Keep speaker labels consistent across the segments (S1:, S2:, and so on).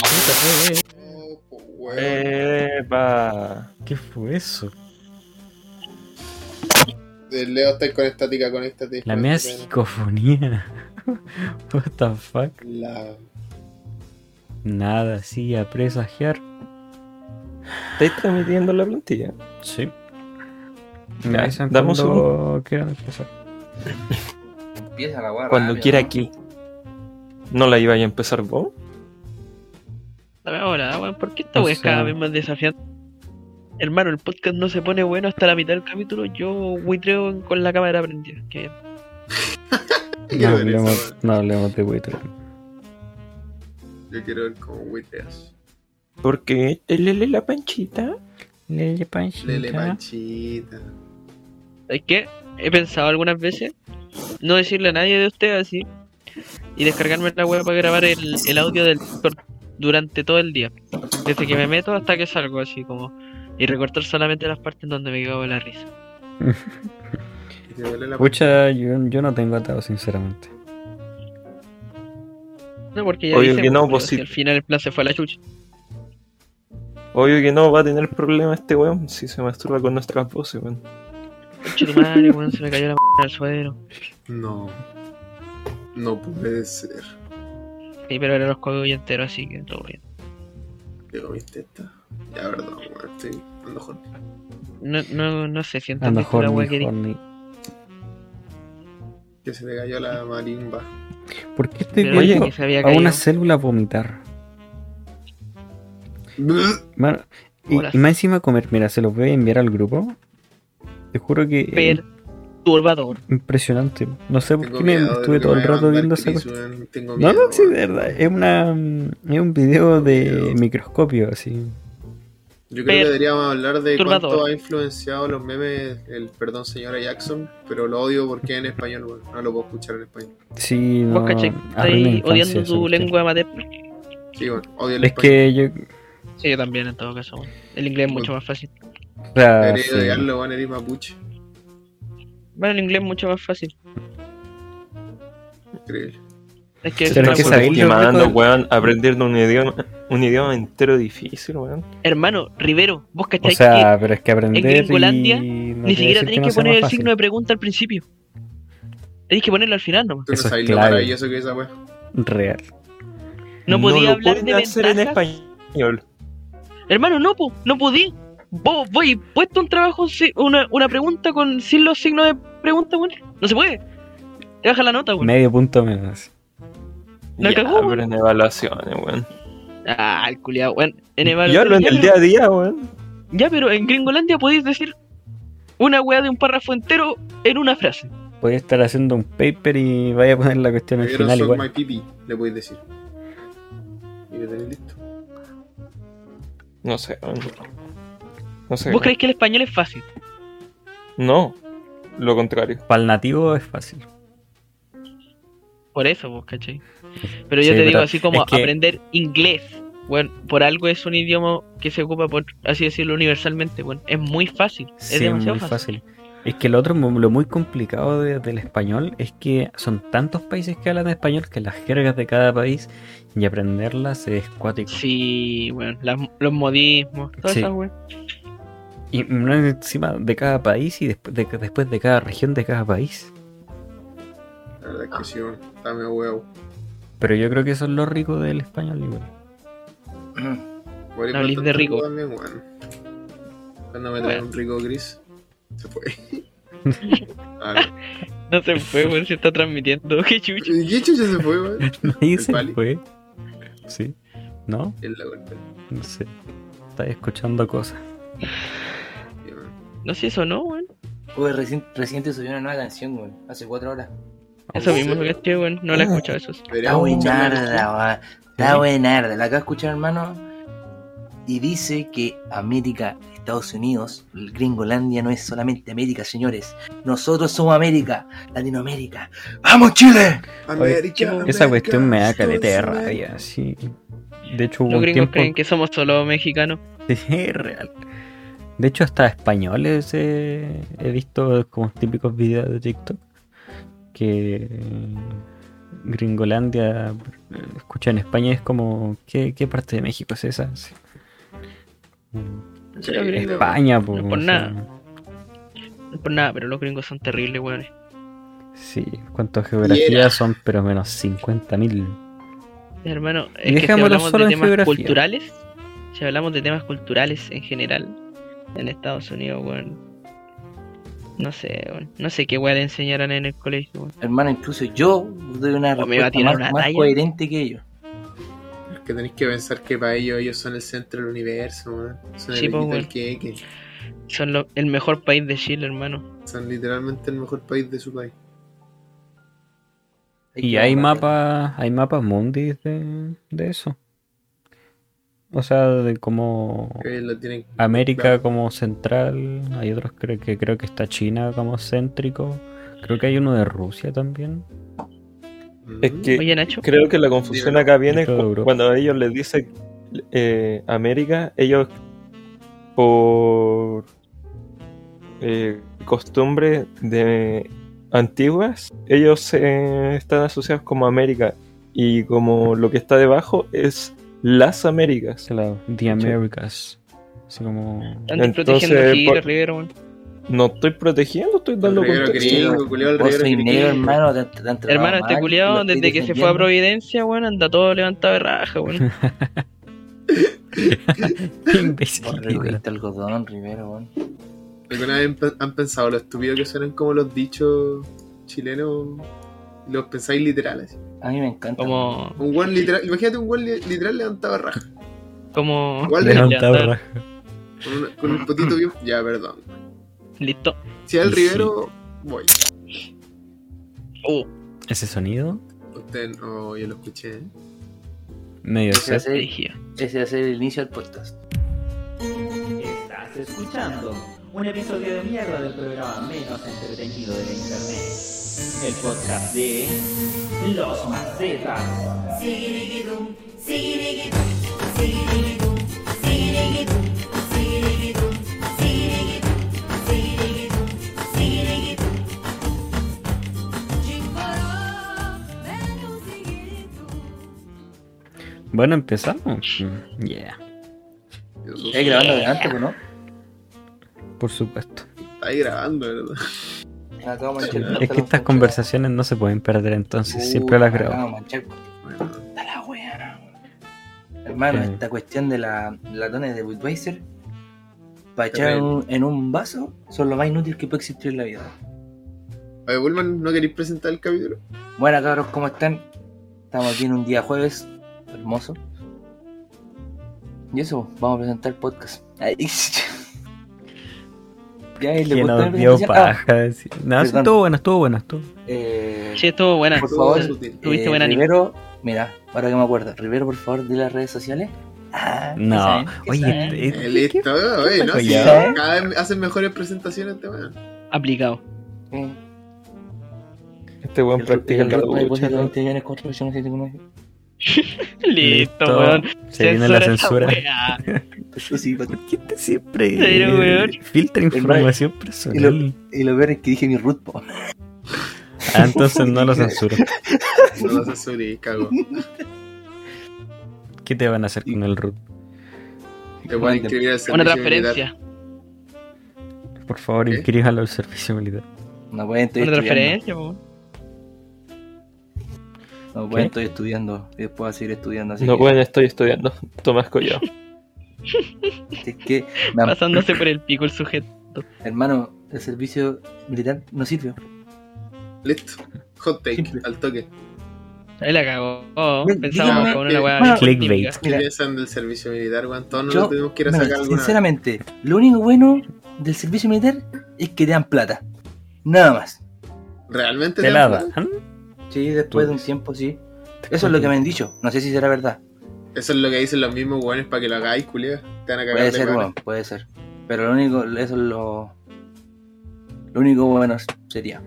S1: puta. Eh, eh.
S2: No, po, weón.
S3: Epa.
S1: ¿Qué fue eso?
S2: De Eh, Leo está con estática, con estática.
S1: La
S2: con
S1: media
S2: estática.
S1: psicofonía. What the fuck.
S2: La...
S1: Nada, sí, a presagiar.
S3: ¿Estáis transmitiendo la plantilla?
S1: Sí.
S3: Me
S1: Me avisan
S3: avisan cuando
S1: quieran empezar.
S4: Empieza la weá.
S3: Cuando
S4: rápido,
S3: quiera
S4: ¿no?
S3: aquí. ¿No la iba a empezar vos?
S5: Dame ahora, weón, ¿por qué esta
S1: O
S5: weá es cada
S1: sea-
S5: vez más desafiante? Hermano, el podcast no se pone bueno hasta la mitad del capítulo. Yo buitreo con la cámara prendida. Qué bien.
S2: Quiero
S1: No
S2: ver
S1: hablemos,
S2: esa,
S1: no hablemos de Wither.
S2: weón. Yo quiero ver cómo huiteas.
S3: Porque lele la panchita.
S1: Lele
S2: Lele manchita.
S5: ¿Sabes qué? He pensado algunas veces no decirle a nadie de ustedes así y descargarme la web para grabar el, el audio del Discord durante todo el día. Desde que me meto hasta que salgo, así como. Y recortar solamente las partes en donde me cago en la risa.
S2: Que te duele la
S1: Pucha, yo, yo no tengo atado, sinceramente.
S5: No, porque ya
S3: Obvio
S5: dije,
S3: que no, pues,
S5: pues, si
S3: sí.
S5: al final el plan se fue a la chucha.
S3: Obvio que no va a tener problema este weón si se masturba con nuestras voces, weón.
S5: Conche tu madre, weón, se me cayó la mierda al suelo.
S2: No. No puede ser.
S5: Sí, pero era los cogí hoy entero, así que todo bien.
S2: Te comiste esta. Ya, perdón, weón. Estoy ando jodido.
S5: No, no, no sé, siento
S1: Ando
S5: que la
S1: horny,
S5: wea que di-
S1: horny.
S2: Que se te cayó la marimba.
S1: ¿Por qué estoy
S5: pero
S3: Oye,
S1: viendo
S5: que se había
S1: a
S5: caído.
S1: una célula vomitar? Mano, y,
S5: Hola.
S1: y más encima comer, mira, se los voy a enviar al grupo. Te juro que es
S5: Perturbador.
S1: impresionante. No sé por
S2: Tengo
S1: qué me
S2: miedo de
S1: estuve
S2: lo que
S1: todo
S2: me
S1: el
S2: vaya a
S1: rato
S2: mandar
S1: viendo esa
S2: Chris,
S1: cuestión.
S2: weón. Tengo
S1: No,
S2: miedo,
S1: no, sí,
S2: weón.
S1: de verdad. eh. Es una es un video de
S2: Dios.
S1: microscopio, así.
S2: Yo creo
S5: Pero-
S2: que deberíamos hablar de cuánto
S5: Turbador.
S2: ha influenciado los memes el perdón señora Jackson, pero lo odio porque es en español, weón. no lo puedo escuchar en español.
S1: Sí, no.
S5: Vos cachai,
S1: arruina la
S5: estáis
S1: infancia
S5: odiando
S1: esa
S5: tu
S1: cuestión.
S5: lengua materna.
S2: Sí, bueno, odio el
S1: Es
S2: español.
S1: que yo.
S5: Sí, yo también, en todo caso. weón. El inglés es mucho más fácil.
S1: o sea,
S2: Debería
S1: ah, sí.
S2: odiarlo, weón, eres mapuche.
S5: Bueno, el inglés es mucho más fácil.
S2: Increíble.
S5: Es
S1: Sí,
S5: que, es
S1: pero
S5: una
S1: es que
S5: wea-
S1: sabéis lo
S3: Ultimando,
S1: rico del-
S3: weón, aprendiendo un idioma, un idioma entero difícil, weón.
S5: Hermano, Rivero, vos
S1: O
S5: cachai
S1: sea, pero es que aprender.
S5: Gringolandia
S1: y no
S5: que ni
S1: quiere
S5: siquiera
S1: decir
S5: tenés que,
S1: no sea
S5: poner
S1: más
S5: el
S1: fácil.
S5: signo de pregunta al principio. Tenés que ponerlo al final nomás.
S2: Tú no
S1: Eso es
S2: sabes lo
S1: clave.
S2: maravilloso que es esa weón.
S1: Real.
S5: No podía
S3: lo
S5: hablar de
S3: pueden hacer en
S5: ventajas.
S3: español.
S5: Hermano, no, po, no podí. Vos, voy puesto un trabajo, si- una, una pregunta con sin los signos de pregunta, weón. No se puede. Te baja la nota, weón.
S1: Medio punto menos.
S5: La
S3: Ya,
S5: cagó, weón.
S3: pero en evaluaciones, weón.
S5: Ah, el culiado, weón. En evaluación,
S3: Yo hablo en
S5: ya,
S3: el
S5: pero-
S3: día a día, weón.
S5: Ya, pero en Gringolandia podéis decir una weá de un párrafo entero en una frase.
S1: Podría estar haciendo un paper y vaya a poner la cuestión
S2: Me
S1: al
S2: vieron
S1: final
S2: Suck My
S1: igual.
S2: Pipi, le podéis decir. Y lo tenéis listo.
S3: No sé, weón. No sé.
S5: ¿Vos creéis que el español es fácil?
S3: No, lo contrario.
S1: Para el nativo es fácil.
S5: Por eso, vos, ¿cachai? Pero yo
S1: Sí,
S5: te digo
S1: pero
S5: así como
S1: es que-
S5: aprender inglés. Bueno, por algo es un idioma que se ocupa, por así decirlo, universalmente. Bueno, es muy fácil. Es
S1: Sí, es
S5: demasiado
S1: muy
S5: fácil.
S1: fácil. Es que lo otro, lo muy complicado de- del español es que son tantos países que hablan español que las jergas de cada país y aprenderlas es cuático.
S5: Sí, bueno, las- los modismos, todas
S1: Sí.
S5: esas weas.
S1: Y no encima de cada país y después de, después de cada región de cada país.
S2: La verdad
S5: Ah.
S2: es que sí, weón. Está medio huevo.
S1: Pero yo creo que eso es lo rico del español igual.
S2: Morí
S5: No
S2: por
S5: hables
S2: tanto
S5: de rico.
S2: también, weón. Cuando me
S5: Bueno.
S2: traen un rico gris, se fue. ah, no.
S5: No se fue, weón, se está transmitiendo. Qué chucha.
S2: ¿Y ¿Qué chucha se fue, weón?
S1: Nadie se
S2: pali?
S1: fue. pues. Sí. ¿No?
S2: Es la golpe.
S1: No sé. Estás escuchando cosas.
S2: Sí, weón.
S5: No sé eso, ¿no, weón?
S4: Uy, recién, reciente subió una nueva canción, weón. Hace cuatro horas.
S5: Eso
S1: Oh.
S2: ¿En
S5: mismo lo
S2: serio?
S5: caché, weón. No
S1: Ah.
S5: la he escuchado, eso sí.
S4: Está
S2: Deberíamos escucharla.
S4: buenarda, weón. Está buenarda. La acabo de escuchar, hermano. Y dice que América, Estados Unidos, Gringolandia no es solamente América, señores. Nosotros somos América, Latinoamérica. ¡Vamos, Chile!
S2: Ah, América,
S1: Esa
S2: América,
S1: cuestión me da caleta de
S2: Estados Unidos.
S1: rabia, sí. De hecho, hubo
S5: Los
S1: un
S5: gringos
S1: tiempo.
S5: creen que somos solo mexicanos.
S1: Sí, real. De hecho, hasta españoles eh, he visto como típicos videos de TikTok que Gringolandia, eh, escucha en España, es como, ¿qué, qué parte de México es esa? Sí.
S5: Sí, los gringos,
S1: España, po,
S5: no
S1: o
S5: por
S1: sea,
S5: nada. no por nada, pero los gringos son terribles, weón.
S1: Sí, cuánto geografía
S2: Viera.
S1: son, pero menos 50.000.
S5: Hermano, es que si
S1: Dejémoslo
S5: hablamos
S1: solo
S5: de
S1: en
S5: temas
S1: geografía.
S5: culturales, si hablamos de temas culturales en general, en Estados Unidos, weón. No sé, weón. No sé qué weón le enseñarán en el colegio, weón.
S4: Hermano, incluso yo doy una
S5: O me va
S4: respuesta
S5: a tirar
S4: más,
S5: una
S4: más
S5: talla.
S4: coherente que ellos.
S2: Es que tenéis que pensar que para ellos ellos son el centro del universo, weón. Son
S5: Sí,
S2: el
S5: po,
S2: equipo del
S5: weón.
S2: queque.
S5: Son lo- el mejor país de Chile, hermano.
S2: Son literalmente el mejor país de su país.
S1: Y hay mapas, hay mapas mundis de, de eso. O sea, de como
S2: Que ellos lo tienen.
S1: América
S2: claro.
S1: como central, hay otros creo que creo que está China como céntrico. Creo que hay uno de Rusia también.
S2: Mm.
S3: Es que
S5: Oye, Nacho,
S3: Creo que la confusión acá viene
S1: Dentro de
S3: cu-
S1: Europa.
S3: cuando a ellos les dice eh, América, ellos por eh, costumbres de antiguas, ellos eh, están asociados como América y como lo que está debajo es las Américas.
S1: Claro, The Americas. Así como.
S5: están desprotegiendo
S3: entonces,
S5: a Chile,
S3: por-
S5: Rivero, weón.
S3: No estoy protegiendo, estoy
S2: El
S3: dando
S2: reguero
S3: contexto.
S2: gringo, culiao, el
S4: Vos
S2: reguero
S4: soy
S2: gringo.
S4: negro, hermano. Te, te han tratado
S5: Hermano, este
S4: mal,
S5: culiado,
S4: lo estoy
S5: desde que se fue a
S4: defendiendo.
S5: Providencia, weón, anda todo levantado de raja, weón.
S4: Vos
S1: Imbécil.
S4: recogiste algodón, Rivero, weón.
S2: ¿Alguna vez pe- han pensado lo estúpido que suenan como los dichos chilenos? Los pensáis literales.
S4: A mí me encanta. weón.
S5: Como.
S2: Un weón literal. Imagínate un weón li- literal levantado a raja.
S5: Como.
S2: Igual de
S1: Levantado raja.
S2: Con, una- con un potito bien. Ya, perdón.
S5: Listo.
S2: Si al
S1: Sí.
S2: Rivero, voy.
S5: Uh,
S1: Ese sonido,
S2: Usted no, yo lo escuché. ¿eh?
S1: medio
S4: Ese va a
S1: set.
S4: ser-
S5: dirigido.
S4: ese va a ser el inicio del podcast.
S6: Estás escuchando un episodio de mierda del programa menos entretenido de la internet. El podcast de Los Macetas.
S1: Bueno, empezamos. Yeah,
S2: Eso
S4: Estás grabando delante, weón, ¿no?
S1: por supuesto.
S2: Estáis grabando, ¿verdad?
S4: Acabo de manchar
S1: Es que estas conversaciones no se pueden perder, entonces
S4: Uh,
S1: siempre las grabo.
S4: Acabo de manchar con
S2: Bueno,
S4: toda la wea. Hermano,
S1: Eh.
S4: esta cuestión de la latones de Budweiser para echar
S2: Terrible.
S4: un- en un vaso son lo más inútil que puede existir en la vida.
S2: Oye, Bullman, ¿no queréis presentar el capítulo?
S4: Bueno, cabros, ¿cómo están? Estamos aquí en un día jueves, hermoso. Y eso, vamos a presentar el podcast. Ay, ya ¿les
S1: Que
S4: gustó la
S1: nos dio
S4: presentación? Ah,
S1: paja. decir. No, sí,
S4: perdón.
S1: estuvo bueno, estuvo bueno, estuvo.
S4: eh,
S5: Sí, estuvo buena.
S4: Por favor.
S2: sutil.
S5: Tuviste buen ánimo.
S4: Rivero, mira, ahora que me acuerdo, Rivero, por favor, de las redes sociales. Ah, ¿qué
S1: No,
S4: saben? ¿Qué saben?
S1: oye,
S2: Eh,
S1: eh, ¿qué
S2: Listo, oye, ¿no?
S1: fue
S2: Sí,
S1: ya?
S2: cada vez hacen mejores presentaciones este weón.
S5: Aplicado.
S4: Eh,
S3: Este weón
S4: el-
S3: practica
S4: el-
S3: la
S4: el- el-
S3: lucha,
S4: el-
S3: ¿no?
S4: el- el- el- 4,759.
S5: Listo, weón.
S1: Se viene la
S5: Censura esa
S1: censura.
S5: weá.
S4: Eso sí, patrón.
S1: ¿Por qué te siempre
S5: Pero, weón.
S1: filtra información personal?
S4: Y lo peor es que dije mi root, po.
S1: Ah, entonces no lo censuro.
S2: No lo censurís, cago.
S1: ¿Qué te van a hacer con el root?
S2: Te voy a inscribir al servicio
S5: Una
S2: militar.
S5: transferencia.
S1: Por favor,
S2: ¿Qué?
S1: inscríbalo al servicio militar.
S4: No pueden, estoy
S5: Una
S4: estudiando.
S5: transferencia, weón.
S4: No
S1: ¿Qué?
S4: pueden, estoy estudiando. Y después voy a seguir estudiando. Así
S3: No,
S4: que,
S3: weón, estoy estudiando. Tomás Collado.
S4: así que me han-
S5: Pasándose por el pico el sujeto.
S4: hermano, el servicio militar no sirve.
S2: Listo. Hot take,
S4: Simple.
S2: al toque.
S5: Ahí la cagó.
S4: Mira,
S5: Pensábamos con una weá.
S4: mira.
S1: Clickbait.
S5: típica.
S2: ¿Qué
S4: Mira.
S2: piensan del servicio militar, weón? Todos nos
S4: Yo-
S2: lo tuvimos que ir a
S4: Bueno,
S2: sacar alguna vez.
S4: sinceramente, lo único bueno del servicio militar es que te dan plata. Nada más.
S2: ¿Realmente
S1: Te
S2: dan
S1: la
S2: plata?
S1: dan.
S4: Sí, después de un
S1: Tú-
S4: tiempo, sí. Eso es lo que me han dicho. No sé si será verdad.
S2: Eso es lo que dicen los mismos weones para que lo hagáis, culia. Te van a cagar
S4: Puede
S2: de
S4: ser,
S2: pana.
S4: bueno, puede ser. Pero lo único, eso es lo. Lo único bueno sería.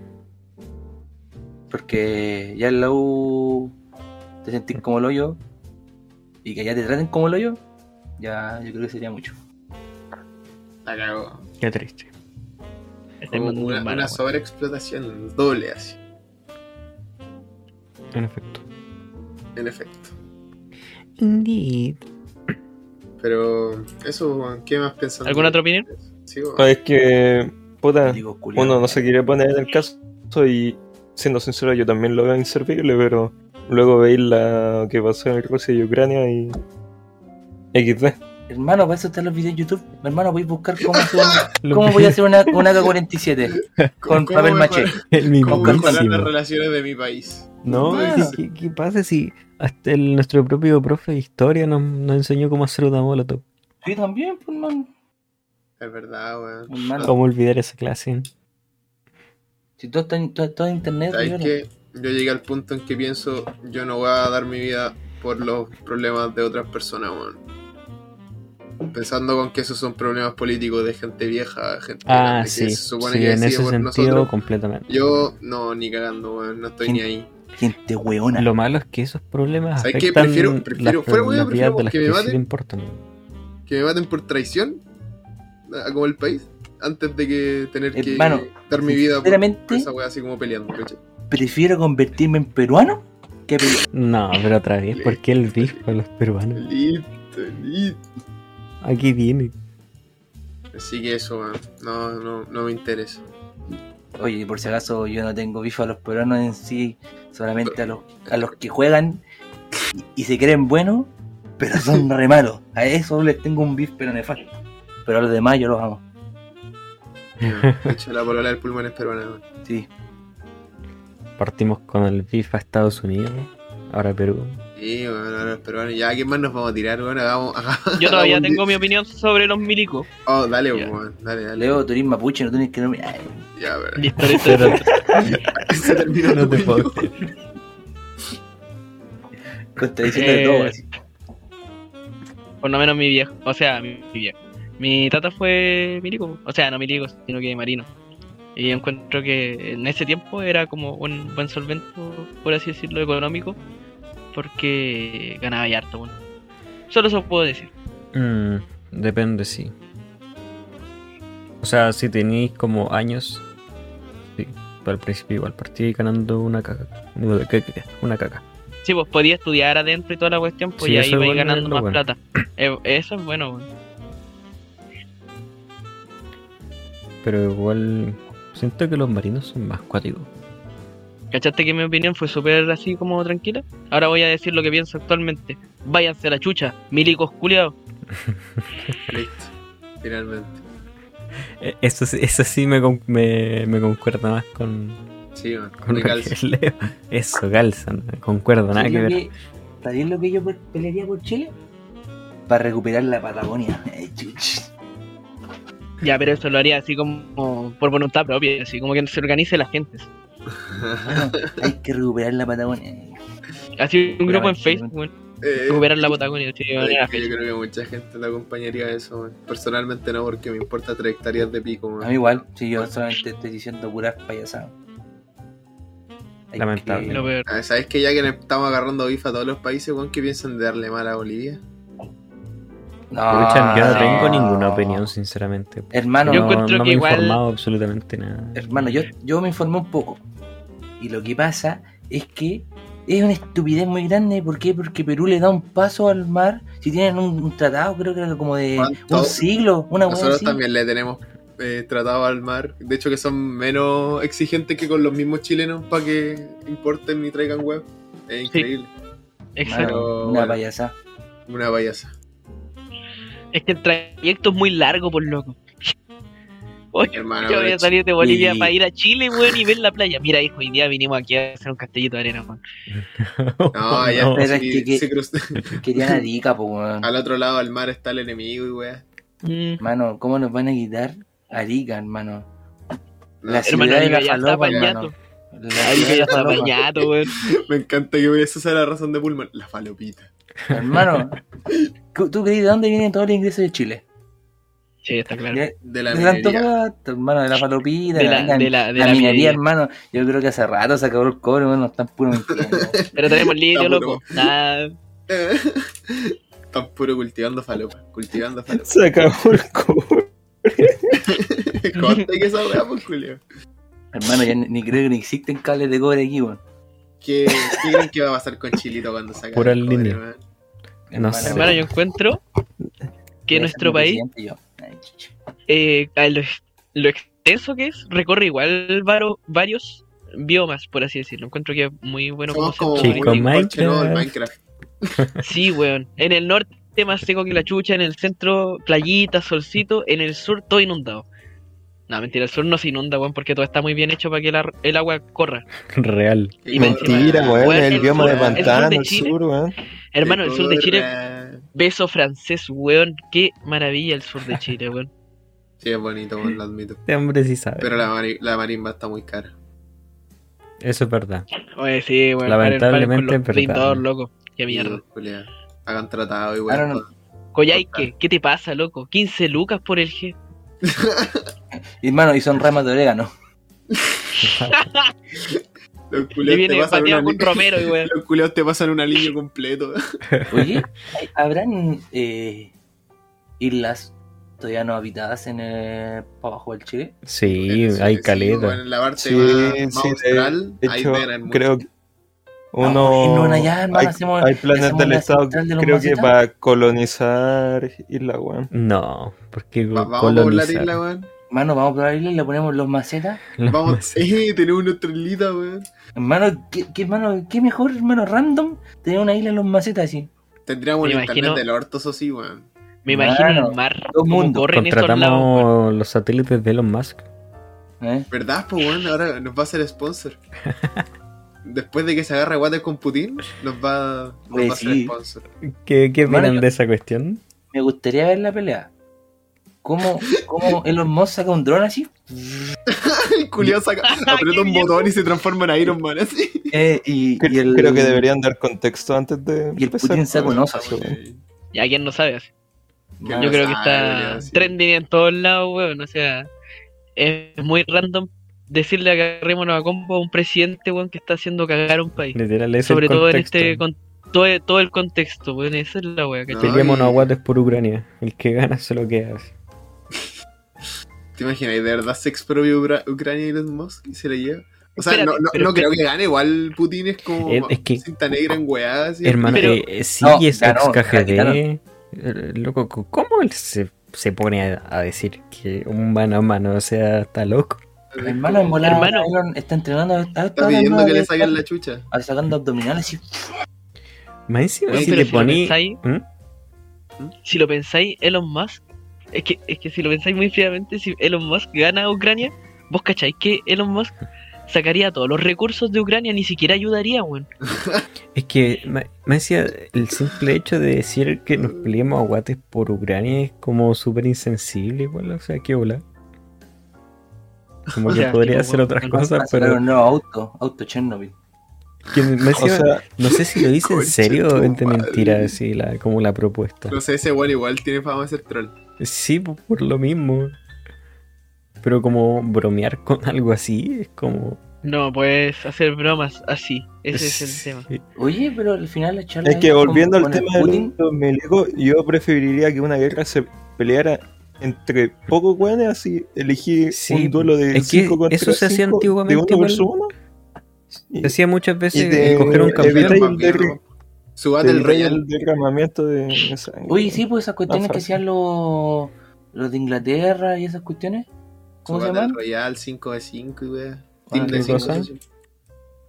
S4: Porque ya en la U te sentís como el hoyo y que ya te traten como el hoyo, ya yo creo que sería mucho.
S2: La cago.
S1: Qué triste.
S5: Estáis
S2: Como una,
S5: mandando un
S2: una
S5: mala, weón.
S2: sobreexplotación, doble así.
S1: En efecto.
S2: en efecto.
S1: Indeed.
S2: Pero eso, weón, ¿qué más pensando?
S5: ¿Alguna otra opinión?
S2: Sí, weón.
S3: No, es que, puta,
S4: Digo, culiao.
S3: uno no se quiere poner en el caso y, siendo sincero, yo también lo veo inservible, pero luego veis la que pasó en Rusia y Ucrania y... XD.
S4: Hermano, para eso están los videos en YouTube. Hermano, voy a buscar cómo, hacer un- cómo voy a hacer una, una AK-47
S2: ¿Cómo
S4: con papel
S2: me-
S4: maché.
S1: El
S2: ¿Cómo mejorar las
S1: mismísimo.
S2: relaciones de mi país? Pues,
S1: No,
S4: Bueno.
S1: es que- ¿qué, pasa si hasta el- nuestro propio profe de historia nos, nos enseñó cómo hacer una molotov?
S4: Sí, también, pues, hermano.
S2: Es verdad, weón.
S4: hermano.
S1: ¿Cómo olvidar esa clase?
S4: Si todo está en, todo, todo en internet,
S2: ¿Sabes
S4: señores.
S2: qué? Yo llegué al punto en que pienso, yo no voy a dar mi vida por los problemas de otras personas, weón. Pensando con que esos son problemas políticos de gente vieja, gente
S1: Ah,
S2: grande,
S1: sí.
S2: que se supone
S1: sí,
S2: que
S1: en
S2: decide
S1: ese
S2: por
S1: sentido,
S2: nosotros.
S1: completamente.
S2: Yo, no, ni cagando, weón, no estoy
S4: ¿Quién-
S2: ni ahí.
S4: Gente weona.
S1: Lo malo es que esos problemas
S2: ¿Sabes qué?
S1: afectan
S2: Prefiero-
S1: las-
S2: prefiero-
S1: las,
S2: fuera, weón, prefiero
S1: vidas de las
S2: que
S1: que,
S2: me
S1: sí
S2: maten.
S1: le importan.
S2: Que me maten por traición, a- como el país, antes de que tener
S1: Eh,
S2: que
S4: Hermano,
S2: dar mi vida por
S4: sinceramente-
S2: esa weá así como peleando, ¿cachai?
S4: Prefiero convertirme en peruano que peruano.
S1: No, pero otra vez, ¿por qué el disco a los peruanos?
S2: Listo, listo.
S1: Aquí viene.
S2: Así que eso, weón, no, no, no me interesa.
S4: Oye, por si acaso yo no tengo bifa a los peruanos en sí, solamente a los, a los que juegan y, y se creen buenos, pero son re malos. A eso les tengo un bif pero nefasto. Pero a los demás yo los amo.
S2: De hecho, la polola del pulmón es peruana, weón.
S4: Sí.
S1: Partimos con el FIFA a Estados Unidos, ahora Perú.
S2: Sí, bueno, ahora los peruanos. Ya, ¿qué más nos vamos a tirar? Bueno, hagamos. hagamos
S5: Yo todavía
S2: un di-
S5: tengo mi opinión sobre los milicos.
S2: Oh, dale,
S5: Ya.
S2: weón, dale, dale.
S4: Leo, tú eres mapuche, no tienes que... Ay,
S2: Ya, pero.
S5: Listo, listo, listo.
S2: Se terminó
S1: No
S2: tu
S1: te puedo
S2: opinión.
S4: contradiciendo
S5: Eh,
S4: de todo. así.
S5: Por lo menos mi viejo. O sea, mi, mi viejo. Mi tata fue milico. O sea, no milico, sino que marino. Y yo encuentro que en ese tiempo era como un buen solvente, por así decirlo, económico. Porque ganaba ya harto, bueno. Solo eso puedo decir.
S1: Mm, depende, sí. O sea, si tenéis como años, sí, pero al principio igual partí ganando una caca. digo, que- que- Una caca.
S5: Sí, pues podía estudiar adentro y toda la cuestión, pues
S1: Sí,
S5: ya
S1: eso
S5: iba a ir
S1: igual es
S5: ganando
S1: lo
S5: más
S1: bueno.
S5: plata. Eh, eso es bueno, bueno.
S1: Pero igual siento que los marinos son más cuáticos.
S5: ¿Cachaste que mi opinión fue súper así como tranquila? Ahora voy a decir lo que pienso actualmente. Váyanse a la chucha, milicos culiados.
S2: Listo, finalmente.
S1: Eh, Eso, sí- eso sí me, con- me, me concuerda más con,
S2: Sí, weón,
S1: con
S2: me
S1: lo
S2: calza.
S1: que leo. Eso, calzan, concuerdo, nada
S4: ¿Sabéis
S1: que
S4: lo
S1: ver.
S4: que- ¿Sabéis lo que yo pe- pelearía por Chile? Para recuperar la Patagonia. Ay, chuch.
S5: Ya, pero eso lo haría así como por voluntad propia, así como que se organice la gente.
S4: Bueno, hay que recuperar la Patagonia.
S5: Así un grupo en
S4: Obviamente,
S5: Facebook, bueno,
S2: Eh,
S5: recuperar la Patagonia. así,
S2: es
S5: bueno,
S2: que yo creo que mucha gente le acompañaría a eso, weón. Personalmente no, porque me importa tres hectáreas de pico,
S4: A mí
S2: weón.
S4: igual, si yo solamente estoy diciendo puras payasadas. Hay
S1: Lamentable.
S5: lo
S4: que-
S5: peor.
S2: Ah, ¿Sabes que ya que le estamos agarrando bifa a todos los países, weón, que piensan de darle mal a Bolivia?
S1: Pucha, yo no
S4: Ah, no.
S1: tengo ninguna opinión, sinceramente.
S4: Hermano,
S5: Yo
S1: no,
S5: encuentro
S1: no
S5: que
S1: me he
S5: igual-
S1: informado absolutamente nada.
S4: hermano yo, yo me informé un poco. Y lo que pasa es que es una estupidez muy grande. ¿Por qué? Porque Perú le da un paso al mar. Si tienen un, un tratado, creo que era como de
S2: ¿Cuánto?
S4: un siglo, una hueá
S2: Nosotros
S4: así.
S2: también le tenemos eh, tratado al mar. De hecho, que son menos exigentes que con los mismos chilenos para que importen y traigan web. Es increíble.
S5: Exacto.
S4: Hermano,
S2: Pero,
S4: una
S2: bueno.
S4: payasada.
S2: Una payasa.
S5: Es que el trayecto es muy largo, por loco. Oye,
S2: Hermano,
S5: yo voy
S2: pero
S5: a salir de Bolivia
S4: y-
S5: para ir a Chile, weón, y ver la playa. Mira, hijo, hoy día vinimos aquí a hacer un castellito de arena, weón.
S2: No, ya
S1: No.
S4: Pero es
S2: sí,
S4: que- que-
S2: se cruzó-
S4: Querían a Arica, po, weón.
S2: Al otro lado del mar está el enemigo y weá.
S5: Mm,
S4: Hermano, ¿cómo nos van a quitar Arica, hermano?
S2: No,
S4: La
S5: Hermano,
S4: ciudad de la
S5: Arica ya está
S4: falopa,
S5: apañado.
S4: hermano. La
S5: Ahí
S4: ciudad de
S5: que
S4: la
S5: está
S4: falopa.
S5: apañado, weón.
S2: Me encanta que esa sea la razón de Pullman. La falopita.
S4: Hermano, ¿tú tú crees de dónde vienen todos los ingresos de Chile?
S5: Sí, está claro.
S4: De,
S2: De la
S4: de tanto
S2: minería.
S4: gato, hermano, de la falopita,
S5: De la,
S4: la,
S5: de la, de
S4: la minería,
S5: la minería.
S4: hermano. Yo creo que hace rato se acabó el cobre, bueno, están puro mintiendo.
S5: Pero tenemos litio,
S2: Está
S5: loco. Nada.
S2: Están puro cultivando falopa. Cultivando falopa.
S3: Se acabó el cobre.
S2: Corta que esa weá, pues, Julio.
S4: hermano, ya ni, ni creo que ni existen cables de cobre aquí, weón.
S2: ¿Qué, qué creen que va a pasar con Chilito cuando saca
S1: Pura
S2: el cobre,
S1: línea.
S2: man?
S1: No
S4: Hermano,
S1: sé.
S5: Hermano, yo encuentro que
S4: Voy a
S5: nuestro
S4: ser
S5: país,
S4: mi presidente yo. Ay, chucha.
S5: eh, a lo, lo extenso que es, recorre igual varo- varios biomas, por así decirlo. Encuentro que es muy bueno
S2: Somos
S5: concepto
S2: como
S1: Chico
S5: turístico.
S2: un Minecraft.
S1: Minecraft.
S2: Minecraft.
S5: Sí, weón. En el norte más seco que la chucha, en el centro playita, solcito, en el sur todo inundado. No, mentira, el sur no se inunda, weón, porque todo está muy bien hecho para que la- el agua corra.
S1: Real.
S5: Y
S3: Mentira,
S5: Bueno,
S3: weón.
S5: bueno,
S3: El
S5: el
S3: bioma
S5: sur-
S3: de
S5: el sur de
S3: pantano, el
S5: Chile.
S3: sur, weón.
S5: Hermano, el sur de Chile,
S2: Corre.
S5: beso francés, weón. Qué maravilla el sur de Chile, weón.
S2: Sí, es bonito, man, lo admito.
S1: Este hombre sí sabe.
S2: Pero la, mari- la marimba está muy cara.
S1: Eso es verdad.
S5: Oye, sí, weón.
S1: Lamentablemente,
S5: paren, paren con los
S1: es verdad.
S5: blindados, loco. Qué
S2: Y,
S5: mierda.
S2: Julia, Hagan tratado igual.
S4: Ahora no-
S5: Coyhaique, ¿qué te pasa, loco? 15 lucas por el G.
S4: Y, hermano, y son ramas de orégano.
S2: Los culiados
S5: Le
S2: te
S5: viene
S2: pasan una
S5: pateado con
S2: línea-
S5: Romero, y weón.
S2: Los culiados te pasan una línea completo.
S4: Oye, ¿hay- ¿habrán eh, islas todavía no habitadas en el, para abajo del Chile?
S1: Sí, hay
S2: sí, bueno,
S1: caleta.
S2: en la parte
S3: Sí,
S2: más, más
S3: sí, de-
S2: austral,
S3: De
S2: ahí
S3: hecho,
S2: ganan mucho.
S3: creo que
S4: Vamos, en
S3: uno.
S4: una ya, hermano,
S3: hay,
S4: hacemos-
S3: hay planes
S4: hacemos
S3: del
S4: la
S3: Estado,
S4: central de los
S3: creo que
S4: macetas.
S3: para colonizar Isla, weón.
S1: No, porque
S2: Va- Vamos a
S1: colonizar.
S2: volar isla, weón.
S4: Hermano, vamos a probar islas y le ponemos los macetas.
S1: Los
S2: Vamos,
S1: más-
S2: eh, tenemos nuestra islita, weón.
S4: Hermano, ¿qué, qué, hermano, qué mejor, hermano, random tener una isla en los macetas así.
S2: Tendríamos
S5: Me
S2: el
S5: imagino-
S2: internet del orto, eso sí, weón.
S5: Me imagino
S4: Claro,
S5: el mar.
S4: todo
S5: Como
S4: mundo.
S5: corren esos lados, weón.
S1: Contratamos los satélites de Elon Musk.
S4: ¿eh?
S2: ¿Verdad, pues, weón? Ahora nos va a ser sponsor. Después de que se agarre guate con Putin, nos va, nos
S4: Pues
S2: va a ser
S4: sí.
S2: sponsor.
S1: ¿Qué, qué
S4: Hermano,
S1: opinan
S4: yo-
S1: de esa cuestión?
S4: Me gustaría ver la pelea. ¿Cómo, cómo Elon Musk saca un dron así?
S2: El culiado saca, aprieta un botón y se transforma en Iron Man, así.
S4: Eh, y,
S3: Cre-
S4: y el,
S3: Creo que deberían dar contexto antes de.
S4: Y el
S3: empezar,
S4: Putin saca
S3: weón.
S4: un oso así.
S5: Ya quien no sabe. así.
S4: Hermano,
S5: Yo
S2: no
S5: creo
S2: sabe,
S5: que está
S2: culiao, Ah, sí.
S5: trending en todos lados, weón. O sea, es muy random decirle agarrémonos a combo a un presidente, weón, que está haciendo cagar a un país.
S1: Literal, es
S5: Sobre
S1: el
S5: todo en
S1: contexto.
S5: este con todo, todo el contexto, weón. Esa es la weá, ¿cachai?
S2: No.
S1: Peleémonos a
S2: Ay.
S1: guates por Ucrania. El que gana se lo queda.
S2: ¿Te imaginas? ¿Y ¿De verdad se expropió Ucra- Ucrania y Elon Musk y se le lleva? O sea,
S5: Espérate,
S2: no, no,
S5: pero
S2: no creo que gane, igual Putin es como
S1: Es- es que-
S2: cinta negra en weá, así.
S1: Hermano,
S5: Pero-
S1: eh, eh, sí,
S4: No,
S1: es
S4: ganó,
S1: ex
S4: ganó.
S1: KGB. Eh, Loco, co- ¿cómo él se, se pone a, a decir que un mano a mano, o sea, está loco?
S4: Hermano, en volada,
S5: Hermano.
S4: Elon está entrenando. Está,
S2: Está pidiendo que le saquen la chucha.
S4: Sacando abdominales así.
S1: Más encima,
S5: Weón,
S1: si
S5: pero
S1: le
S5: si lo
S1: poní.
S5: pensáis-
S1: ¿Mm?
S5: Si lo pensáis, Elon Musk, es que, es que si lo pensáis muy fríamente, si Elon Musk gana a Ucrania, vos cacháis que Elon Musk sacaría todos los recursos de Ucrania, ni siquiera ayudaría, weón.
S1: Es que, ma- más encima, el simple hecho de decir que nos peleemos a guates por Ucrania es como súper insensible, igual, o sea, qué hola. Como
S5: O
S1: que
S5: sea,
S1: podría
S5: tipo,
S1: hacer
S5: weón,
S1: otras
S5: no
S1: cosas,
S4: Hacer
S1: pero.
S4: un nuevo auto, auto Chernobyl.
S1: que más
S3: O
S1: encima-
S3: sea,
S1: No sé si lo dice en
S2: Concha
S1: serio
S2: tu
S1: o es de
S2: madre.
S1: mentira, así, la, como la propuesta.
S2: No sé, ese weón igual tiene fama de ser troll.
S1: Sí, po- por lo mismo. Pero como bromear con algo así es como.
S5: No, puedes hacer bromas así. Ese es el tema.
S1: Sí.
S4: Oye, pero al final la charla.
S3: Es que
S4: ahí con-
S3: volviendo al
S4: con el
S3: tema de
S4: Putin,
S3: los milicos, yo preferiría que una guerra se peleara entre pocos weones, así elegir
S1: Sí,
S3: un duelo de
S1: es que
S3: 5 contra
S1: eso se hacía
S3: cinco,
S1: antiguamente
S3: de uno
S1: igual.
S3: versus uno. Y-
S1: Se hacía muchas veces
S3: Y de-
S1: escoger un
S3: de
S1: campeón.
S3: evitar-
S2: Más bien,
S3: Battle
S2: ¿no? Su Battle
S3: del rey
S2: Royale.
S3: del derramamiento de sangre.
S4: Oye, sí, pues esas cuestiones
S3: Ah,
S4: que
S3: fácil.
S4: hacían los, los de Inglaterra y esas cuestiones.
S2: Su
S4: ¿Cómo se
S2: Battle
S4: llaman?
S2: Royale 5 de 5, weón.
S4: Ah,
S2: Team de
S1: ¿qué
S2: 5
S1: cosa?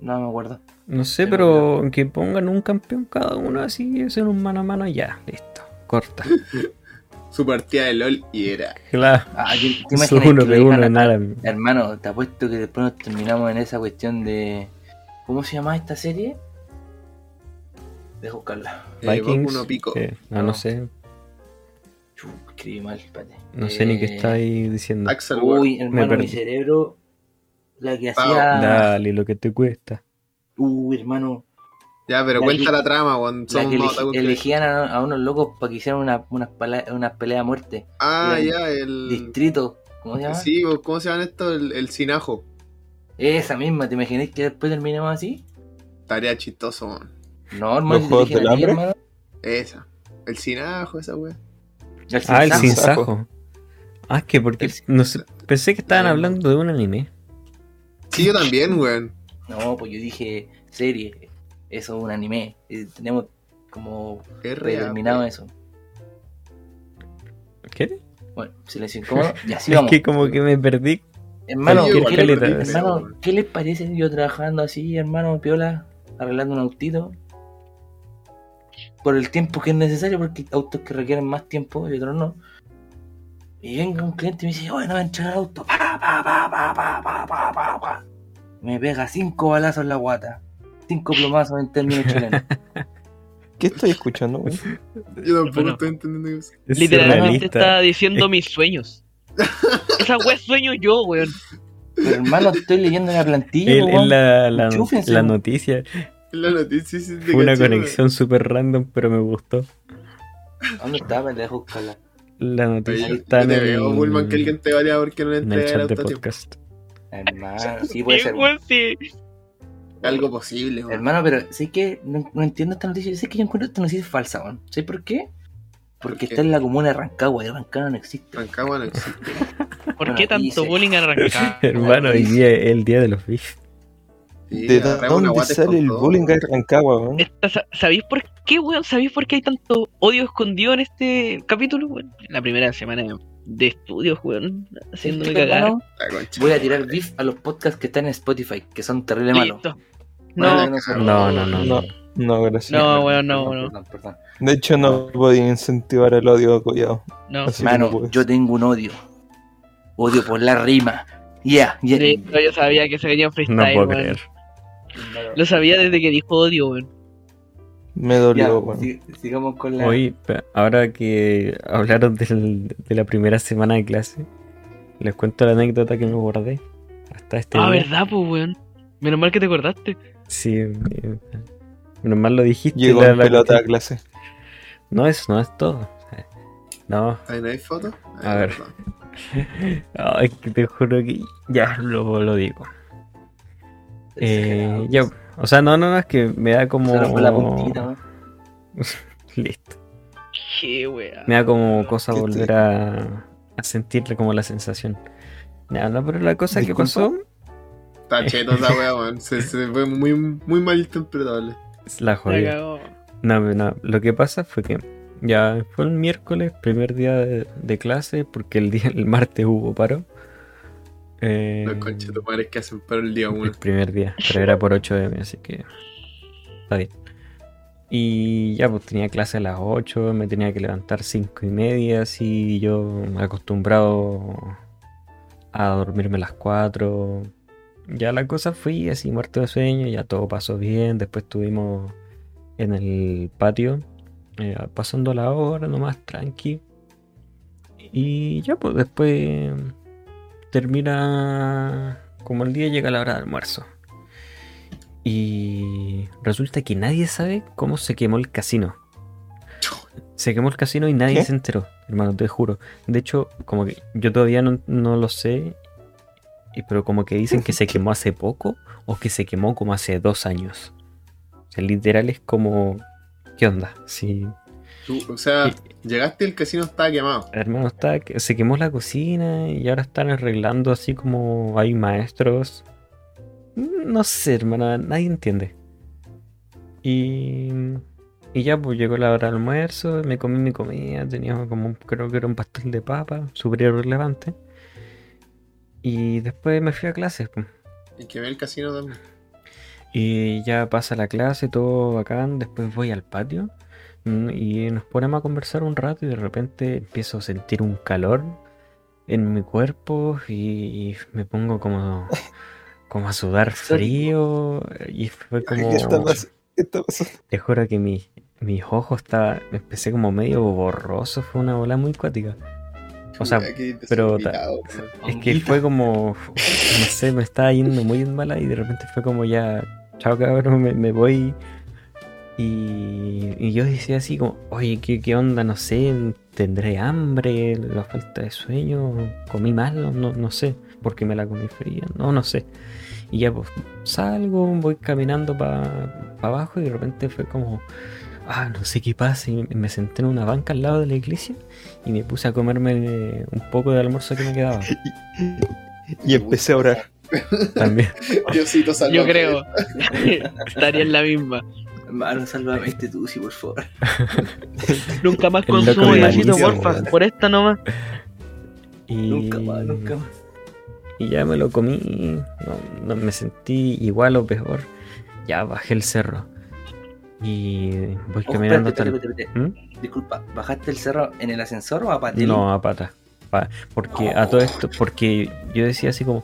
S4: No me acuerdo.
S1: No sé, pero que pongan un campeón cada uno así, hacen un mano a mano y ya, listo. Corta.
S2: Su partida de LOL y era. eh,
S1: Claro.
S4: Ah, ¿te, te
S1: Es
S4: imaginas
S1: uno
S4: que lo
S1: de uno
S4: dejan
S1: en
S4: acá?
S1: árabe.
S4: Hermano, te apuesto que después nos terminamos en esa cuestión de. ¿Cómo se llama esta serie? Deja buscarla.
S2: Eh, Goku
S1: Vikings.
S2: no pico.
S1: eh, no, no sé.
S4: Chu, escribí mal, espérate.
S1: No sé ni qué
S4: Eh,
S1: está ahí diciendo.
S2: Axel World.
S4: Uy, hermano, mi
S1: perdí.
S4: cerebro. La que
S2: Pau.
S3: Ah.
S4: hacía.
S1: Dale, lo que te cuesta.
S4: Uy, hermano.
S2: Ya, pero
S4: la
S2: cuenta
S4: que-
S2: la trama, weón.
S4: La
S2: Somos
S4: que
S2: más
S4: elegi-
S2: otakus que-
S4: elegían a, a unos locos para que hicieran una- unas pala- unas peleas a muerte.
S2: Ah,
S4: el-
S2: ya, el.
S4: Distrito, ¿cómo se llama?
S2: Sí, weón, ¿cómo se llaman esto? El, el sinajo.
S4: Esa misma, ¿te imaginas que después terminemos así?
S2: Tarea chistoso, weón.
S4: No, hermano,
S3: ¿Los
S4: yo
S3: Juegos
S4: te dije
S3: del
S4: a ti,
S3: Hambre?
S4: hermano.
S2: Esa. El sinajo, esa weón.
S4: El
S1: Ah, el
S4: sinsajo.
S3: sin-
S1: sinsajo. Ah, es que porque.
S4: El sin-
S1: No sé, pensé que estaban
S2: Eh,
S1: hablando de un anime.
S2: Sí, yo también, weón.
S4: No, pues yo dije serie, eso es un anime. Eh, tenemos como
S2: R.A.P..
S4: determinado eso.
S1: ¿Qué?
S4: Bueno, silencio incómodo. Y así
S1: es
S4: vamos.
S1: que como que me perdí.
S4: Hermano,
S2: Oye,
S4: ¿qué,
S2: igual
S4: le-
S2: lo perdí,
S4: hermano,
S2: pero-
S4: ¿qué les parece yo trabajando así, hermano Piola, arreglando un autito? Por el tiempo que es necesario, porque hay autos que requieren más tiempo y otros no. Y venga un cliente y me dice, oye, no va a entregar el auto. Pa, pa, pa, pa, pa, pa, pa, pa, pa. Me pega cinco balazos en la guata. Cinco plomazos en términos chilenos.
S3: ¿Qué estoy escuchando, güey?
S2: Yo tampoco
S5: Bueno.
S2: estoy entendiendo qué es.
S1: Es
S5: Literalmente
S1: surrealista.
S5: está diciendo mis sueños. Esa wea sueño yo, weón.
S4: Pero hermano, estoy leyendo la plantilla.
S1: El-
S4: po,
S1: Es
S4: weón.
S1: la, la-
S4: Enchúfense.
S1: la noticia.
S2: La noticia sí te
S1: Fue una
S2: caché, weón.
S1: conexión súper random, pero me gustó.
S4: ¿Dónde está? Me la dejo buscarla.
S1: La
S2: Oye,
S1: noticia
S2: yo-
S1: está
S2: yo
S1: en
S2: te veo, Bullman, que
S1: el,
S2: alguien te valía porque no le
S1: en el
S2: entrega el
S1: chat de
S2: auto a tiempo.
S1: podcast.
S4: Hermano, sí puede
S5: Sí,
S4: ser.
S5: weón, sí.
S2: Algo posible, weón.
S4: Hermano, pero sé que no, no entiendo esta noticia. Sé que yo encuentro esta noticia falsa, weón. ¿Sé por qué? Porque
S2: qué?
S4: está en la comuna de Rancagua y Rancagua no existe.
S2: Rancagua no existe.
S5: ¿Por
S4: Bueno,
S5: qué tanto
S4: dice-
S5: bullying arrancado?
S1: Hermano, hoy día es el día de los bifes.
S2: Sí,
S3: ¿De
S2: agarraba una
S3: dónde
S2: guata
S3: sale
S2: con
S3: el
S2: todo.
S3: bullying de Rancagua, weón?
S5: Esta- sa- ¿Sabéis por qué, weón? ¿Sabéis por qué hay tanto odio escondido en este capítulo, weón? La primera semana de- de estudios, weón. Haciéndome cagar.
S4: Hermano,
S2: La concha.
S4: voy a tirar beef a los podcasts que están en Spotify, que son terrible malos.
S5: Listo.
S4: Bueno,
S5: No,
S4: no son-
S1: No, no, no.
S3: No, no, gracias.
S5: no, weón, no, no.
S4: Perdón, perdón.
S3: De hecho, no podía incentivar el odio, cuidado.
S5: no.
S3: Así que no
S4: Hermano,
S3: puedes.
S4: yo tengo un odio. Odio por la rima. Ya, ya.
S5: Sí, no, yo sabía que se venía un
S1: No
S5: freestyle,
S1: puedo
S5: weón.
S1: creer.
S5: Lo sabía desde que dijo odio, weón.
S3: Me
S4: Ya,
S3: dolió, weón.
S4: sig- sigamos con la.
S1: Hoy, pa- ahora que hablaron del- de la primera semana de clase, les cuento la anécdota que me guardé. Hasta este
S5: Ah,
S1: día.
S5: verdad, pues, weón. Menos mal que te acordaste.
S1: Sí, eh, menos mal lo dijiste.
S3: Llegó
S1: la-
S3: en
S1: la
S3: pelota a
S1: cuestión-
S3: clase.
S1: No, eso no es todo. No,
S2: Ahí no hay foto. Ahí
S1: A
S2: no hay
S1: ver.
S2: foto.
S1: no, es que te juro que ya lo, lo digo.
S4: Exagerado.
S1: Eh, ya, o sea, no, no, no, es que me da como.
S4: Solo fue la puntita, ¿no?
S1: Listo.
S5: Qué weón.
S1: Me da como cosa
S3: ¿Qué te-
S1: volver a, a sentirle como la sensación. Ya, no, pero la cosa
S3: Disculpa.
S1: que pasó
S2: Está cheto esa wea, weón. Se, se fue muy, muy mal interpretable.
S1: es la
S5: La
S1: jodida.
S5: cagó.
S1: No, no, lo que pasa fue que ya fue el miércoles, primer día de, de clase, porque el día el martes hubo paro. Eh,
S2: Los conchetumares que hacen paro el día uno.
S1: El primer día, pero era por 8M, así que está bien. Y ya pues tenía clase a las 8, me tenía que levantar 5 y media, así yo acostumbrado a dormirme a las 4. Ya la cosa fui así muerto de sueño, ya todo pasó bien, después estuvimos en el patio, eh, pasando la hora nomás tranqui. Y ya pues después termina como el día llega la hora de almuerzo. Y resulta que nadie sabe cómo se quemó el casino. Se quemó el casino y nadie
S3: ¿Qué?
S1: se enteró, hermano, te juro. De hecho, como que yo todavía no, no lo sé, y- pero como que dicen que se quemó hace poco o que se quemó como hace dos años. O sea, literal es como... ¿Qué onda? Sí,
S2: Tú, o sea,
S1: Eh.
S2: llegaste y el casino estaba quemado.
S1: hermano, está, que- se quemó la cocina y ahora están arreglando así como hay maestros. Mm, No sé, hermana, nadie entiende. Y, y ya pues llegó la hora de almuerzo, me comí mi comida, tenía como un- creo que era un pastel de papa, súper irrelevante. Y después me fui a clases. pues.
S2: Y quemé el casino también.
S1: Y ya pasa la clase, todo bacán, después voy al patio mm, y nos ponemos a conversar un rato y de repente empiezo a sentir un calor en mi cuerpo y me pongo como, como a sudar frío y fue como...
S3: ¿Qué está pas- qué está pasando?
S1: Te juro que mi- mis ojos estaban... Empecé como medio borroso, fue una bola muy cuática. O sea,
S2: Aquí te
S1: pero
S2: soy
S1: ta-
S2: invitado, weón.
S1: es que fue como, no sé, me estaba yendo muy en mala y de repente fue como ya, chao cabrón, me, me voy. Y, y yo decía así como, oye, ¿qué, qué onda? No sé, tendré hambre, la falta de sueño, comí mal, no, no sé, porque me la comí fría, no, no sé. Y ya pues salgo, voy caminando para abajo y de repente fue como, ah, no sé qué pasa, y me senté en una banca al lado de la iglesia y me puse a comerme un poco de almuerzo que me quedaba.
S3: Y empecé a orar.
S1: También.
S2: Diosito salvador.
S5: Yo creo. Estaría en la misma.
S4: Hermano, sálvame este tusi, por favor.
S5: Nunca más
S1: El loco
S5: consumo
S1: de la
S5: Diosito,
S1: misa,
S5: porfa.
S1: weón.
S5: Por esta nomás.
S1: Y...
S4: Nunca más, nunca más.
S1: Y ya me lo comí. No, no me sentí igual o peor. Ya bajé el cerro. Y voy
S4: Ojo,
S1: caminando
S4: Oh, espérate,
S1: hasta el.
S4: espérate, espérate,
S1: ¿Mm?
S4: espérate. Disculpa, ¿bajaste el cerro en el ascensor o a patín?
S1: No, a pata. Pa- Porque a todo esto, porque yo decía así como,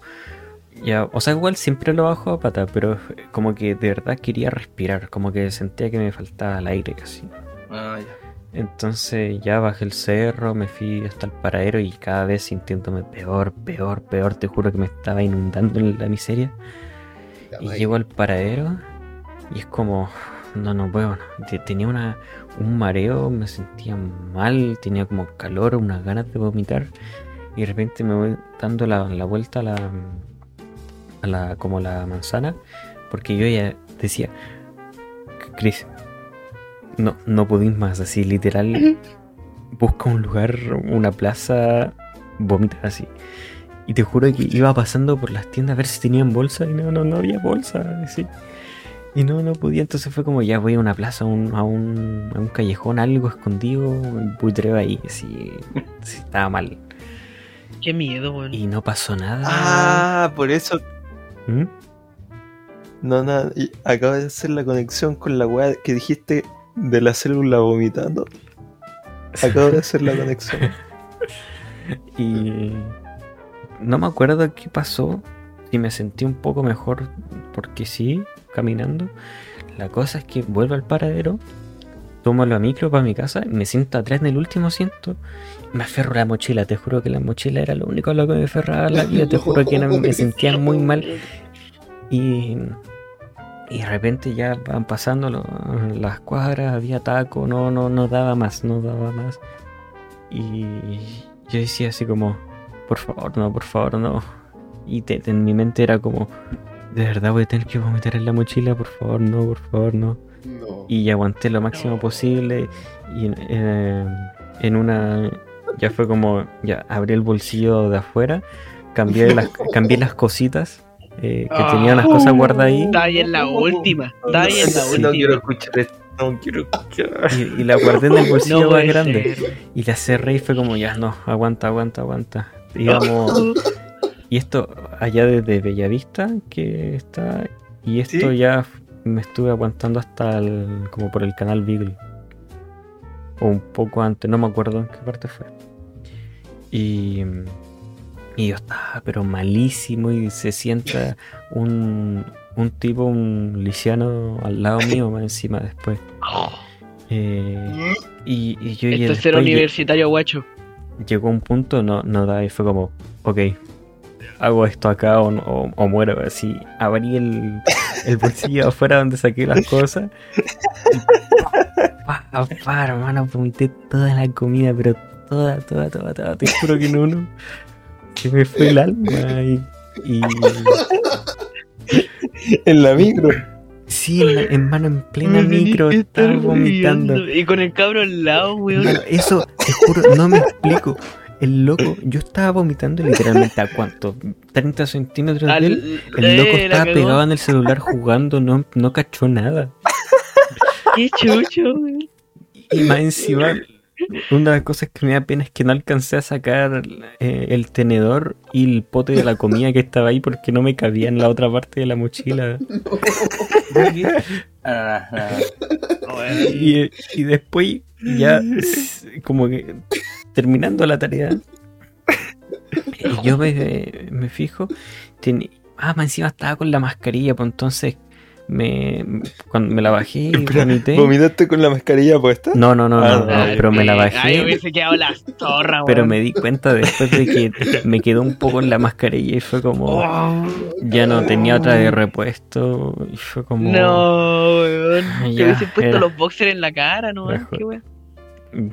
S1: ya, o sea, igual siempre lo bajo a pata, pero como que de verdad quería respirar, como que sentía que me faltaba el aire casi.
S4: Ah, ya.
S1: Entonces ya bajé el cerro, me fui hasta el paradero y cada vez sintiéndome peor, peor, peor, te juro que me estaba inundando en la miseria. Y llego al paradero y es como, no, no puedo. no. Te- Tenía una, un mareo, me sentía mal, tenía como calor, unas ganas de vomitar. Y de repente me voy dando la, la vuelta a la, a la, como la manzana, porque yo ya decía, Chris, no, no podís más, así literal, busca un lugar, una plaza, vomita así. Y te juro que iba pasando por las tiendas a ver si tenían bolsa y no, no, no había bolsa. así. Y no, no podía. Entonces fue como ya voy a una plaza, a un, a un, a un callejón, algo escondido, y putreo ahí. Así, sí, estaba mal.
S5: Qué miedo, weón.
S1: Y no pasó nada.
S3: Ah, por eso.
S1: ¿Mm?
S3: No, nada. y Acaba de hacer la conexión con la weá que dijiste de la célula vomitando. Acabo de hacer la conexión.
S1: Y no me acuerdo qué pasó. Si me sentí un poco mejor porque sí, caminando. La cosa es que vuelvo al paradero, tomo la micro para mi casa, me siento atrás en el último asiento, me aferro a la mochila. Te juro que la mochila era lo único a lo que me aferraba en la vida. Te juro que no, me sentía muy mal. Y, y de repente ya van pasando lo- las cuadras, había taco, no, no, no daba más, no daba más. Y yo decía así como, por favor, no, por favor, no. Y te- en mi mente era como, de verdad voy a tener que vomitar en la mochila, por favor, no, por favor, no.
S2: No.
S1: Y aguanté lo máximo posible. Y en- eh, en una, ya fue como, ya abrí el bolsillo de afuera, cambié las, cambié las cositas. eh, que
S5: Ah.
S1: tenía las cosas guardadas ahí
S5: Está ahí en la última. Está ahí en la
S1: Sí.
S5: última.
S3: quiero escuchar esto. No quiero escuchar.
S1: y, y la guardé en el bolsillo
S5: Uh. No
S1: más
S5: puede
S1: grande
S5: ser.
S1: Y la cerré y fue como, ya no, aguanta, aguanta, aguanta. Íbamos. y esto allá desde Bellavista, que está. Y esto
S3: Sí.
S1: ya f- me estuve aguantando hasta el- como por el canal Beagle. O un poco antes, no me acuerdo en qué parte fue. Y. Y yo estaba, pero malísimo. Y se sienta un, un tipo, un lisiano al lado mío, más encima después. Eh, y, y yo y
S5: Esto es
S1: después
S5: ser
S1: lle-
S5: universitario, guacho.
S1: llegó un punto, no, no da, y fue como, ok, hago esto acá o, o- o muero. Así abrí el, el bolsillo afuera donde saqué las cosas. Pa, pa, pa, hermano, vomité toda la comida, pero toda, toda, toda, toda. Te juro que no, no. Se me fue el alma y. y
S3: En la micro.
S1: sí, en, la- en mano en plena
S5: Me tenés
S1: micro,
S5: que estar
S1: estaba vomitando.
S5: riendo. Y con el cabro al lado, weón.
S1: Bueno, eso, te juro, no me explico. El loco, yo estaba vomitando literalmente a cuánto? 30 centímetros de él. El loco
S5: eh, la
S1: estaba
S5: cagó.
S1: pegado en el celular jugando, no, no cachó nada.
S5: Qué chucho, weón.
S1: Y más encima, una de las cosas que me da pena es que no alcancé a sacar eh, el tenedor y el pote de la comida que estaba ahí porque no me cabía en la otra parte de la mochila.
S4: ¿De qué? Ah, no, no, no.
S1: Y, y después, ya s- como que terminando la tarea, eh, yo me, me fijo. teni- ah, más encima estaba con la mascarilla, pues entonces me, cuando me la bajé y
S3: Espera,
S1: vomité.
S3: ¿Vomitaste con la mascarilla puesta?
S1: No, no, no,
S3: Ah,
S1: no, no,
S3: dale.
S1: pero me la
S5: Ay,
S1: bajé.
S5: hubiese quedado las zorras,
S1: Pero
S5: weón.
S1: me di cuenta después de que me quedó un poco en la mascarilla y fue como.
S5: Oh,
S1: Ya no tenía otra de repuesto y fue como.
S5: No, weón. Te
S1: Ya,
S5: hubiesen puesto
S1: era.
S5: los boxers en la cara, ¿no?
S1: Mejor.
S5: Qué weón.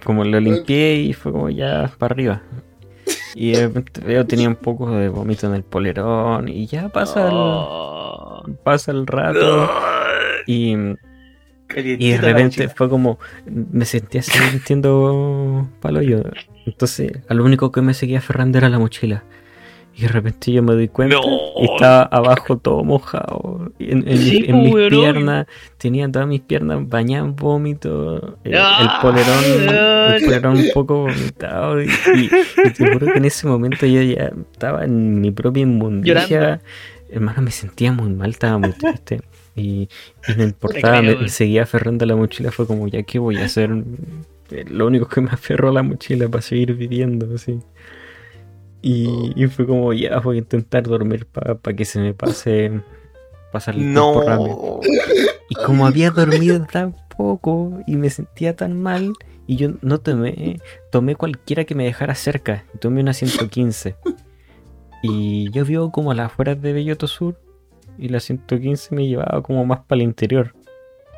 S1: como lo limpié y fue como ya para arriba. Y de repente veo tenía un poco de vómito en el polerón y ya pasa
S5: Oh.
S1: el, pasa el rato y, y de
S4: Calientita la
S1: repente
S4: mochila.
S1: fue como me sentía así sintiendo palo yo. Entonces, a lo único que me seguía aferrando era la mochila. Y de repente yo me doy cuenta
S5: No.
S1: y estaba abajo todo mojado. Y En, en mis-
S5: Sí, pues,
S1: en mis
S5: weón.
S1: piernas, tenía todas mis piernas bañadas en vómito. El, el
S5: Ah,
S1: polerón, el
S5: weón.
S1: polerón un poco vomitado. Y, y- y te juro que en ese momento yo ya estaba en mi propia inmundicia.
S5: Llorando.
S1: Hermano, me sentía muy mal, estaba muy triste. Y, y no importaba, me,
S5: creo, weón.
S1: seguía aferrando a la mochila. Fue como, ya, ¿qué voy a hacer? Eh, Lo único que me aferró a la mochila para seguir viviendo, así. Y, y fue como, ya, voy a intentar dormir para que se me pase pasar el tiempo rápido.
S7: No.
S1: Y como había dormido tan poco y me sentía tan mal, y yo no tomé, tomé cualquiera que me dejara cerca, y tomé una 115. Y yo vivo como a las afueras de Belloto Sur, y la 115 me llevaba como más para el interior.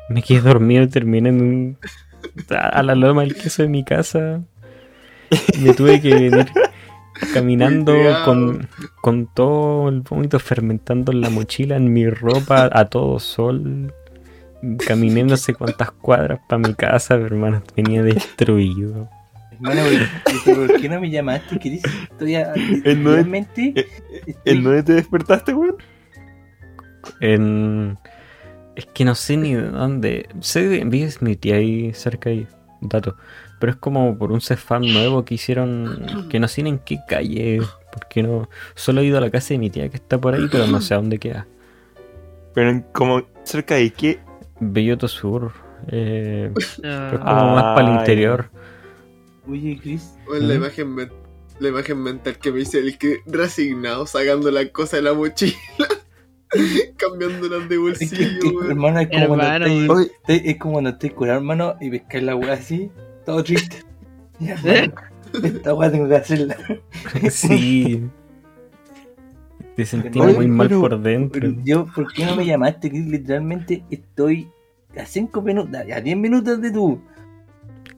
S1: Me quedé dormido y terminé en un- a a la loma del queso de mi casa. Me tuve que venir caminando
S2: Cuidado.
S1: con, con todo el vómito fermentando en la mochila, en mi ropa, a todo sol. Caminé no sé cuántas cuadras para mi casa, pero, hermano, venía destruido.
S4: Hermano, ¿por, por qué no me llamaste? ¿Qué dices? Estoy a-
S3: El nueve-
S4: realmente
S1: eh,
S3: ¿En dónde te despertaste, weón?
S1: En... Es que no sé ni de dónde. Sé de vi Smithy ahí cerca ahí. Dato. Pero es como por un Cefam nuevo que hicieron. Que no sé ni en qué calle. Porque no. Solo he ido a la casa de mi tía que está por ahí, pero no sé a dónde queda.
S3: Pero en- como cerca de qué.
S1: Belloto Sur. eh, pero es
S5: Ah,
S1: como más para el
S3: Ay.
S1: interior.
S4: Oye, Chris,
S2: Bueno, la,
S1: ¿Mm?
S2: imagen men- la imagen mental que me hice el que resignado sacando las cosas de la mochila, cambiándolas de
S1: Pues
S4: es que- es que,
S2: bolsillo, weón.
S4: hermano, es como cuando
S5: Hermano,
S4: estoy-
S5: weón.
S4: estoy- es como cuando estoy curado, hermano, y pescar la weá así, todo triste. Ya, hermano, Esta weá tengo que hacerla.
S1: sí. Te sentía
S4: Oye,
S1: muy mal
S3: pero-
S1: por dentro.
S4: Yo, ¿por qué no me llamaste? Chris? Literalmente estoy a 5 minutos, a 10 minutos de tú.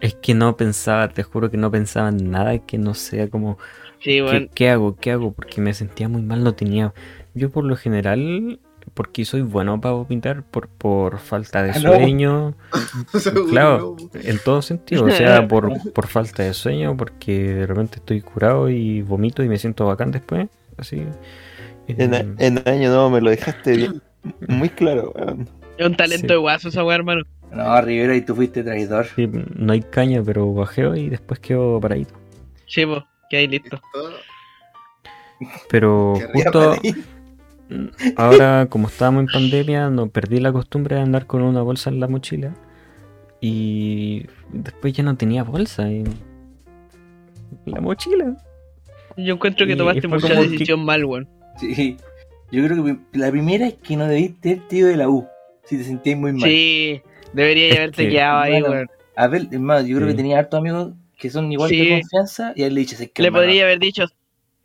S1: Es que no pensaba, te juro que no pensaba en nada que no sea como
S5: sí,
S1: ¿Qué-
S5: weón.
S1: ¿Qué, hago? ¿Qué hago? Porque me sentía muy mal, no tenía. Yo por lo general, porque soy bueno para vomitar por, por falta de
S4: Ah, no.
S1: sueño,
S2: Seguro,
S1: claro,
S2: ¿no?
S1: en todo sentido, o sea, por, por falta de sueño, porque de repente estoy curado y vomito y me siento bacán después, así. Eh,
S3: En, en año no, me lo dejaste bien. Muy claro, weón.
S5: Es un talento
S1: Sí.
S5: de guaso esa weá, hermano.
S4: No, Rivera, y tú fuiste traidor.
S1: sí, no hay caña, pero bajeo y después quedo paradito.
S5: Sí, po, que ahí listo.
S2: Está-
S1: Pero
S2: Qué rico,
S1: justo Ahora, como estábamos en pandemia, no perdí la costumbre de andar con una bolsa en la mochila. Y después ya no tenía bolsa en la mochila.
S5: Yo encuentro que
S1: Y
S5: tomaste
S1: fue
S5: mucha
S1: como que-
S5: decisión mal, weón.
S4: Sí. Yo creo que la primera es que no debiste haber tío de la U. Si te sentías muy mal.
S5: Sí, debería
S1: Es
S5: haberte
S1: que-
S5: quedado ahí,
S4: Hermano,
S5: weón.
S4: A ver, hermano, yo creo
S1: Sí.
S4: que tenía hartos amigos que son igual
S5: Sí.
S4: de confianza y a él le dices es que
S5: Le
S4: hermano,
S5: podría haber dicho,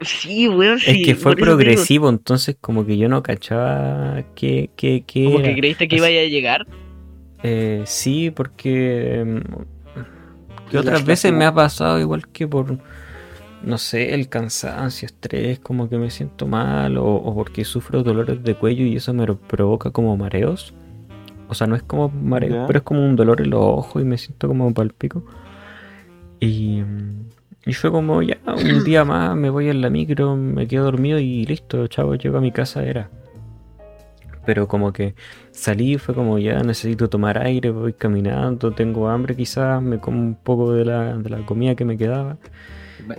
S5: sí, weón, sí.
S1: es que fue
S5: por eso te digo,
S1: progresivo, entonces como que yo no cachaba que... que, que
S5: Como
S1: era.
S5: que creíste que iba a llegar.
S1: Eh, sí, porque... em, Que
S4: La
S1: otras veces
S4: clase-
S1: me ha pasado igual que por... No sé, el cansancio, estrés, como que me siento mal o, o porque sufro dolores de cuello y eso me lo provoca como mareos. O sea, no es como mareo,
S3: Ya.
S1: pero es como un dolor en los ojos y me siento como palpico. Y, mm, y fue como, ya, un día más me voy en la micro, me quedo dormido y listo, chavo, llego a mi casa, era. Pero como que salí, fue como, ya, necesito tomar aire, voy caminando, tengo hambre quizás, me como un poco de la, de la comida que me quedaba.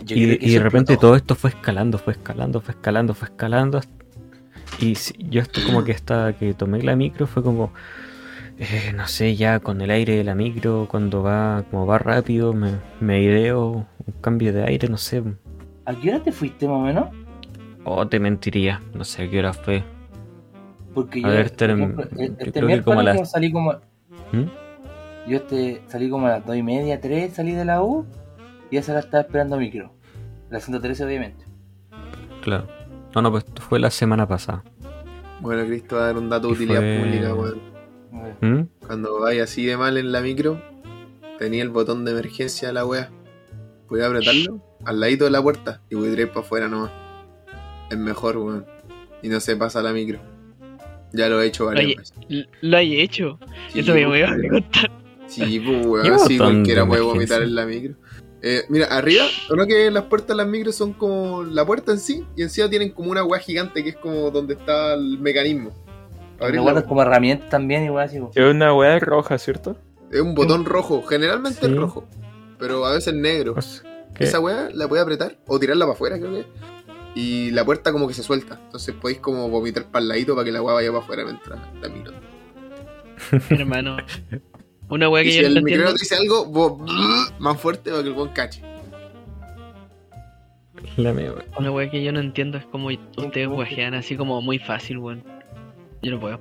S4: yo
S1: Y,
S4: creo
S1: de-
S4: que
S1: y de
S4: eso
S1: repente
S4: explotó.
S1: todo esto fue escalando, fue escalando, fue escalando, fue escalando. hasta- Y si- yo hasta como que hasta que tomé la micro fue como, eh, no sé, ya con el aire de la micro, cuando va como va rápido, me, me ideo un cambio de aire, no sé.
S4: ¿A qué hora te fuiste más o menos?
S1: Oh, te mentiría, no sé a qué hora fue.
S4: Porque
S1: A
S4: yo,
S1: ver,
S4: por
S1: este era-
S4: ejemplo,
S1: yo
S4: este
S1: creo que
S4: miércoles
S1: como a las-
S4: yo salí como
S1: ¿Mm?
S4: yo este, salí como a las dos y media, tres, salí de la U y esa la estaba esperando a micro. La 113 obviamente.
S1: Claro. No, no, pues esto fue la semana pasada.
S2: Bueno, Cristo va a dar un dato de
S1: Y
S2: utilidad
S1: fue-
S2: pública, weón.
S4: A ver.
S1: ¿Mm?
S2: Cuando vaya así de mal en la micro, tenía el botón de emergencia de la wea. Voy a apretarlo al ladito de la puerta y voy a ir para afuera nomás. Es mejor, weón. Y no se pasa la micro. Ya lo he hecho varias
S5: Oye,
S2: veces.
S5: L- Lo hay hecho.
S2: Sí,
S5: Eso me
S2: pues,
S5: voy a
S2: weón.
S5: contar.
S2: Sí, pues,
S1: ¿Qué
S2: weón, sí,
S1: botón de
S2: cualquiera puede
S1: emergencia?
S2: vomitar en la micro. Eh, mira, arriba, ¿o no que las puertas de las micros son como la puerta en sí? Y encima tienen como una weá gigante que es como donde está el mecanismo. Para
S4: Me
S2: abrirla.
S4: guardan como herramienta también, igual así. po.
S3: Es una weá roja, ¿cierto?
S2: Es un botón rojo, generalmente es
S1: Sí.
S2: rojo, pero a veces negro.
S1: O sea, que-
S2: Esa weá la puede apretar o tirarla para afuera, creo que. es. Y la puerta como que se suelta. Entonces podéis como vomitar para el ladito para que la weá vaya para afuera mientras la miro.
S5: hermano. Una weá
S2: Y
S5: que
S2: si
S5: yo no
S2: el micrófono
S5: entiendo.
S2: te dice algo, vos más fuerte para que el buen cache.
S1: la mea, weón.
S5: Una weá que yo no entiendo es como ustedes wejean así como muy fácil, weón. Yo no puedo.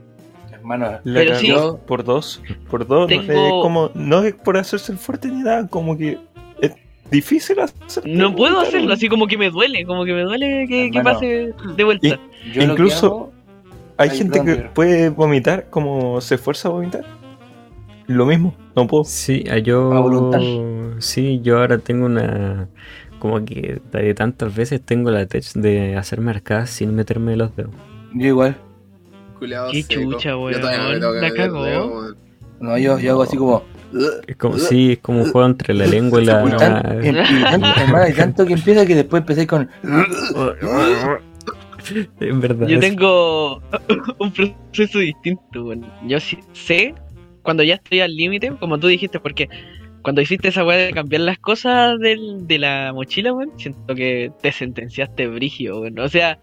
S4: Hermano,
S3: La
S5: Pero
S3: cambió
S4: sí.
S3: por dos, por dos.
S5: Tengo-
S3: eh, como, no es por hacerse el fuerte ni nada, como que es difícil hacer.
S5: No puedo hacerlo, así como que me duele, como que me duele que, que
S4: Hermano.
S5: pase de vuelta.
S4: yo
S3: incluso-
S4: lo que
S3: Hay
S4: Ay,
S3: gente
S4: perdón,
S3: que
S4: Pedro.
S3: puede vomitar como se esfuerza a vomitar. Lo mismo, no puedo.
S1: Sí, ah, yo.
S4: A voluntad.
S1: Sí, yo ahora tengo una. Como que de tantas veces tengo la tech de hacerme arcadas sin meterme los dedos.
S4: hago, yo igual.
S2: Culeado
S5: Qué
S2: seco.
S5: chucha,
S2: Yo
S5: weón.
S2: todavía me tengo que
S5: La
S2: meter
S5: cagó.
S2: dedo, weón.
S4: No, yo, yo hago así como.
S1: Es como, sí, es como un juego entre la lengua y la.
S4: Y tan- y- y tanto, hermano, y tanto que empieza que después empecé con.
S1: Es verdad.
S5: Yo
S1: es-
S5: tengo un proceso distinto, weón. Yo sí sé cuando ya estoy al límite, como tú dijiste, porque cuando hiciste esa weá de cambiar las cosas del, de la mochila, weón, siento que te sentenciaste brigio, weón. O sea,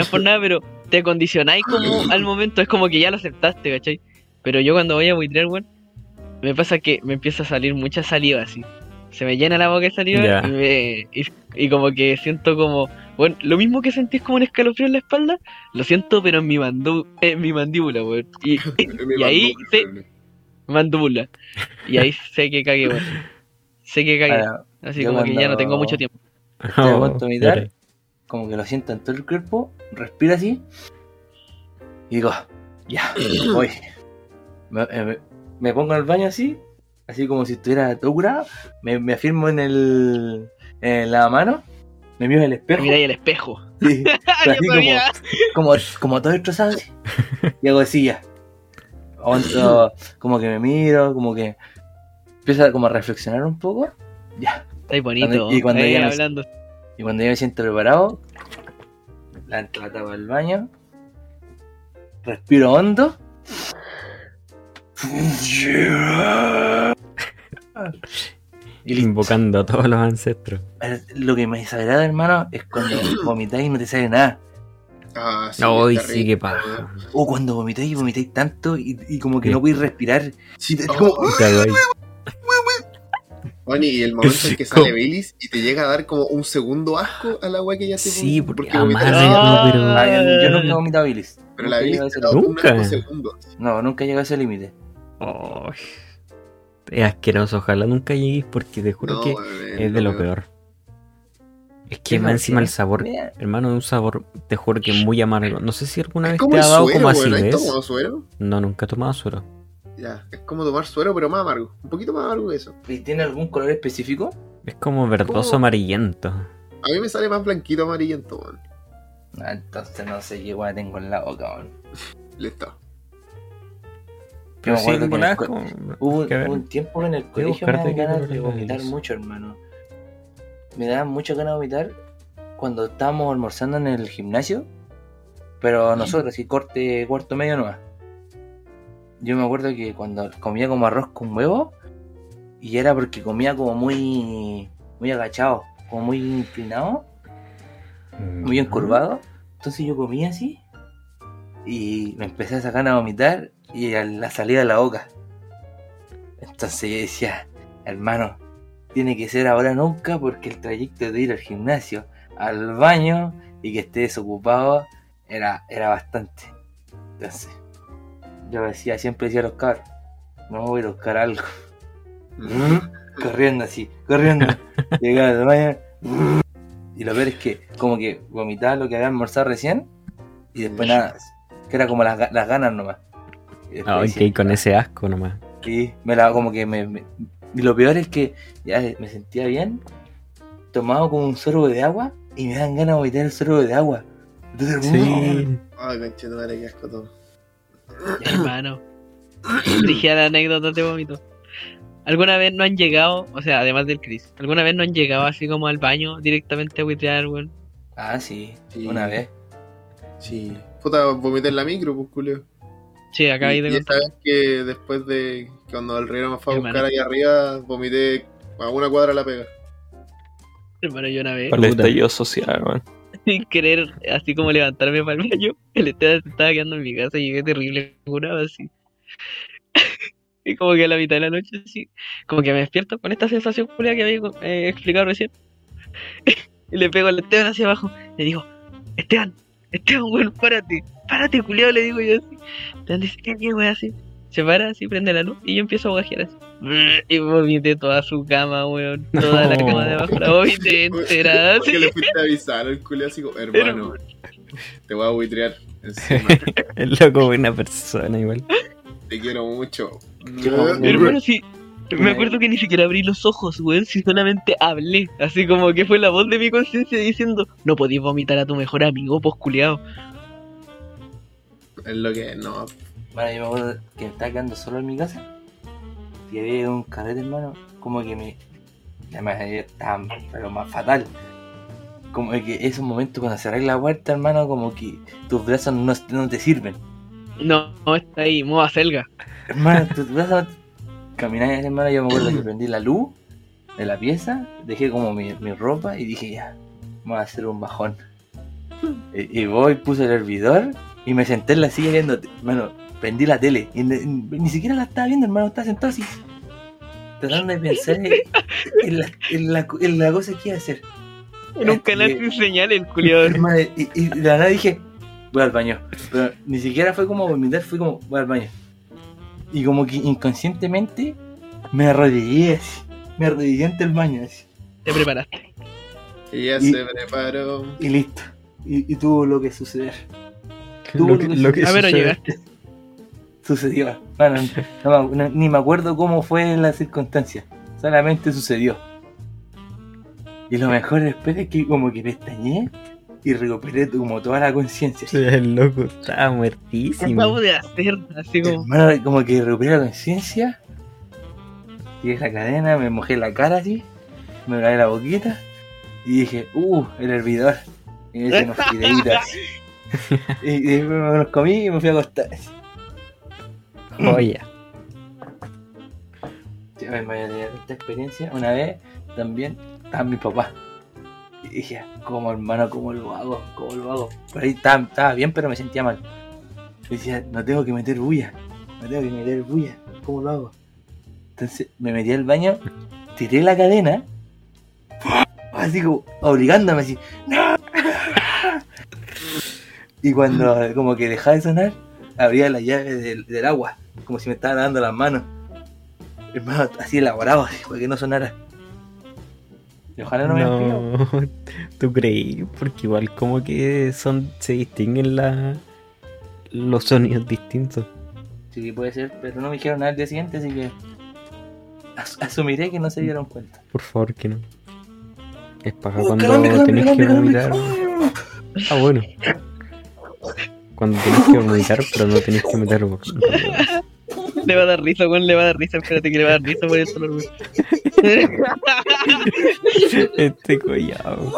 S5: es por nada, pero te condicionáis como al momento, es como que ya lo aceptaste, ¿cachai? Pero yo cuando voy a buitrear, weón, me pasa que me empieza a salir mucha saliva así. Se me llena la boca de saliva
S1: Ya.
S5: y, me- y, y como que siento como... Bueno, lo mismo que sentís como un escalofrío en la espalda, lo siento, pero en mi, mandú- eh, en mi mandíbula, weón. Y,
S2: Me
S5: Y ahí
S2: mandó,
S5: se-
S2: weón.
S5: mandíbula. Y ahí sé que cagué, weón. Sé que cagué.
S4: ah,
S5: Así
S4: yo
S5: como que ya no
S4: cuando-
S5: tengo mucho tiempo.
S4: Estoy a punto de vomitar,
S1: dale.
S4: como que lo siento en todo el cuerpo, respiro así y digo, ya, voy. Me, eh, me- me pongo en el baño así, así como si estuviera todo curado, me, me afirmo en el, en la mano, me miro en el espejo
S5: Mira ahí el espejo.
S4: y-
S5: ¡Ah,
S4: así
S5: yo sabía!
S4: como, como, como todo destrozado así, y hago así ya. Aguanto, como que me miro, como que empiezo como a reflexionar un poco, ya.
S5: Estáis bonito.
S4: Y cuando
S5: ahí
S4: ya no-
S5: hablando.
S4: Y cuando yo me siento preparado, la, la tapa del baño, respiro hondo. Y listo.
S1: Invocando a todos los ancestros.
S4: Lo que me desagrada, hermano, es cuando vomitáis y no te sale nada.
S2: Ah, sí,
S1: No, hoy
S2: está
S1: sí
S2: rico,
S1: que
S2: weón.
S1: paja.
S4: O cuando vomitáis y vomitáis tanto y, y como que
S1: Sí.
S4: no podéis respirar.
S2: Sí,
S4: Es
S2: oh,
S4: como-
S1: Cago ahí.
S2: Juan, y el momento en que
S1: ¿Cómo?
S2: sale Baileys y te llega a dar como un segundo asco a la weá que ya te
S1: Sí,
S2: vomitaste,
S1: porque
S2: vomitaste.
S1: jamás. No, pero.
S4: Ah, yo, yo nunca he vomitado bilis.
S2: Pero
S4: Nunca
S2: la
S4: he
S2: Baileys
S4: llegado a
S2: te
S4: ese
S2: da
S4: límite.
S2: un
S1: Nunca.
S2: asco segundo.
S4: No, nunca he llegado a ese límite.
S1: Oh, es asqueroso, ojalá nunca llegues porque te juro
S2: No,
S1: que
S2: weón,
S1: es de lo peor. Es que más encima el sabor,
S4: Mira,
S1: hermano, es un sabor, te juro que muy amargo. No sé si alguna
S2: Es
S1: vez
S2: como
S1: te
S2: el
S1: ha dado
S2: suero,
S1: como
S2: weón. ¿Has
S1: acidez.
S2: tomado suero?
S1: No, nunca he tomado suero.
S2: Ya, es como tomar suero, pero más amargo. Un poquito más amargo que eso.
S4: ¿y ¿Tiene algún color específico?
S1: Es como verdoso
S2: ¿Cómo?
S1: amarillento.
S2: A mí me sale más blanquito amarillento, weón.
S4: Ah, entonces no sé qué guay tengo en la boca, man.
S2: Listo.
S4: Yo
S1: Pero
S4: me
S1: sí,
S4: acuerdo
S1: en
S4: que en
S1: volada
S4: el
S1: es
S4: co-
S1: como-
S4: Hubo
S1: que a ver.
S4: hubo un tiempo en el
S1: Voy a
S4: colegio me
S1: buscarte
S4: daban
S1: qué
S4: ganas
S1: color
S4: de
S1: es.
S4: vomitar mucho, hermano. Me daban muchas ganas de vomitar cuando estábamos almorzando en el gimnasio, pero nosotros, sí, corte cuarto medio nomás. Yo me acuerdo que cuando comía como arroz con huevo, y era porque comía como muy, muy agachado, como muy inclinado, muy encorvado. Entonces yo comía así y me empecé a sacar a vomitar y a la salida de la boca. Entonces yo decía, hermano, tiene que ser ahora o nunca porque el trayecto de ir al gimnasio, al baño y que esté desocupado era, era bastante. Entonces yo decía, siempre decía a los cabros, no voy a ir a buscar algo.
S1: ¿Mm?
S4: Corriendo así, corriendo. Llegaba al baño. Y lo peor es que como que vomitaba lo que había almorzado recién y después nada, que era como las, ga- las ganas nomás. Y después
S1: Ay,
S4: decía,
S1: que con ese asco nomás.
S4: Sí, me la, como que me, me- Y lo peor es que ya me sentía bien, tomaba como un sorbo de agua y me dan ganas de vomitar el sorbo de agua. Entonces, ¡no!
S1: Sí.
S2: Ay, conchito, madre, qué asco todo.
S5: Hermano. Dije la anécdota de vómito. ¿Alguna vez no han llegado, o sea, además del Chris, alguna vez no han llegado así como al baño directamente a huitear, weón?
S4: Ah, sí,
S2: Sí.
S4: una vez.
S2: Sí. Puta, vomité en la micro, pues, culio.
S5: Sí, acá
S2: Y,
S5: ahí
S2: y
S5: de
S2: esta vez que después de cuando el Riera me fue a
S5: Qué
S2: buscar
S5: malo.
S2: ahí arriba, vomité a una cuadra la pega.
S5: hermano, yo una vez,
S3: Para el
S1: Puta.
S3: estallido social, weón.
S5: sin querer, así como levantarme para el baño, el Esteban se estaba quedando en mi casa y llegué terrible curado así. y como que a la mitad de la noche, así, como que me despierto con esta sensación culia que había eh, explicado recién. y le pego al Esteban hacia abajo, le digo, Esteban, Esteban, weón, párate, párate, culiado, le digo yo así. Esteban dice, ¿qué, qué, weón, así? Se para, así prende la luz y yo empiezo a guajear así. Y vomité toda su cama, weón. Toda la
S1: No.
S5: cama de abajo la vomité entera. así.
S2: Porque le fuiste a avisar al culio así como, hermano, te voy a buitrear encima,
S1: Es loco, buena persona igual.
S2: te quiero mucho.
S5: Pero,
S3: Hermano,
S5: Hermano, sí. Me acuerdo que ni siquiera abrí los ojos, weón, si solamente hablé. Así como que fue la voz de mi conciencia diciendo, no podías vomitar a tu mejor amigo, pues culiao.
S2: Es lo que es, no.
S4: Bueno, yo me acuerdo que me estaba quedando solo en mi casa. Y había un carrete, hermano. Como que me. Además, yo estaba pero más fatal. Como que esos momentos cuando cerré la puerta, hermano, como que tus brazos no, no te sirven.
S5: No, no está ahí, moda selga.
S4: Hermano, tus brazos. Caminar, hermano, yo me acuerdo que prendí la luz de la pieza, dejé como mi, mi ropa y dije ya, vamos a hacer un bajón. Y, y voy, puse el hervidor y me senté en la silla viendo, te- hermano, prendí la tele y ni, ni siquiera la estaba viendo, hermano, estaba sentado así, tratando de pensar en, en la, en la- en la cosa que iba a hacer.
S5: En un canal
S4: Y-
S5: sin señal, el culiao.
S4: Hermano, y, y de la nada dije, voy al baño. Pero ni siquiera fue como vomitar, fue como, voy al baño. Y como que inconscientemente me arrodillé así. Me arrodillé ante el baño así.
S5: Te preparaste.
S2: Y ya
S4: Y-
S2: se preparó.
S4: Y listo. Y, y tuvo lo que suceder. Tuvo
S1: Lo que, lo que
S5: A ver,
S1: sucede.
S5: llegaste.
S4: Sucedió. Bueno, no me- no- ni me acuerdo cómo fue la circunstancia. Solamente sucedió. Y lo mejor después es que como que pestañé y recuperé como toda la conciencia. así.
S1: El loco estaba
S5: ¿Qué acabo
S1: muertísimo.
S5: de hacer? Así como,
S4: Hermano, como que recuperé la conciencia. Tiré la cadena, me mojé la cara así, me lavé la boquita y dije, uh, el hervidor. Y me hice unos fideitas. y, y después me los comí y me fui a acostar.
S1: Oye,
S4: Yo pues, me voy a tener esta experiencia. Una vez también estaban mis papás. Y dije, ¿cómo hermano? ¿Cómo lo hago? ¿Cómo lo hago? Por ahí estaba, estaba bien, pero me sentía mal. Yo decía, no tengo que meter bulla. No tengo que meter bulla. ¿Cómo lo hago? Entonces me metí al baño, tiré la cadena. Así como, obligándome así. ¡No! Y cuando como que dejaba de sonar, abría la llave del, del agua. Como si me estaba lavando las manos. Hermano, así elaborado, así, para que no sonara. Y ojalá no, me hayan pillado.
S1: no. ¿Tú creí? Porque igual como que son se distinguen la, los sonidos distintos.
S4: Sí, sí, puede ser, pero no me dijeron nada al día siguiente, así que as- asumiré que no se dieron cuenta.
S1: Por favor, que no. Es para
S4: ¡Oh,
S1: Ah, cuando
S4: calambre, calambre,
S1: tenés
S4: calambre,
S1: que vomitar.
S4: calambre!
S1: Ah, bueno. Cuando tenés que vomitar, pero no tenés que vomitar. por-
S5: le va a dar risa, weón, le va a dar risa. Espérate que le va a dar risa por el dolor, weón.
S1: Este collado.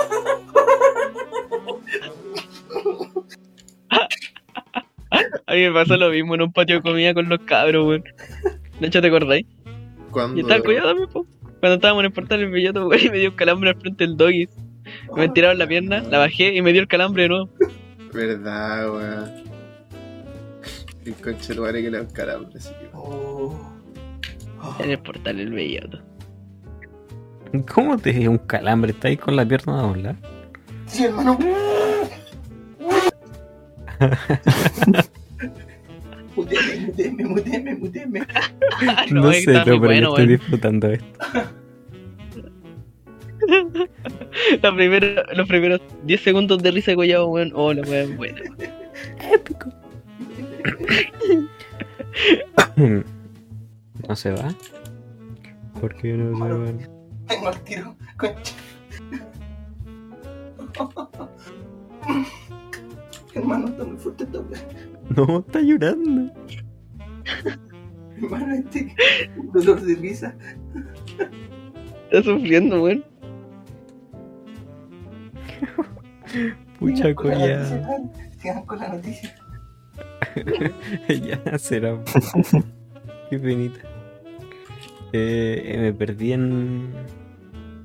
S5: A mí me pasó lo mismo en un patio de comida con los cabros, weón. De hecho, ¿te acordáis?
S2: Cuando...
S5: Y estaba el cuñado también, po. Cuando estábamos en el portal del Belloto, güey, me dio un calambre al frente del doggy. Me tiraron la pierna, la bajé y me dio el calambre de nuevo.
S2: Verdad, weón. El conche lugar que le dan calambres. sí, weón.
S4: Oh. Oh.
S5: En el portal del Belloto.
S1: ¿Cómo te dio un calambre? ¿Estás ahí con la pierna doblada?
S4: Sí, hermano. Muteame, muteame, muteame, muteame.
S5: Ah,
S1: No,
S5: es que
S1: sé, pero
S5: estaba muy
S1: yo
S5: bueno,
S1: estoy
S5: güey.
S1: disfrutando de esto.
S5: La primera- Los primeros 10 segundos de risa de Collado, weón. Oh, la weón, bueno.
S1: ¿No se va? ¿Por qué no se va?
S4: Tengo el tiro, concha. Hermano, está muy fuerte esta wea.
S1: No, está llorando.
S4: Hermano, este dolor de risa.
S5: Está sufriendo, weón.
S1: Pucha
S4: con la
S1: coya.
S4: noticia, weón. Sigan con la noticia.
S1: ya será. po. Qué penita. Eh, me perdí en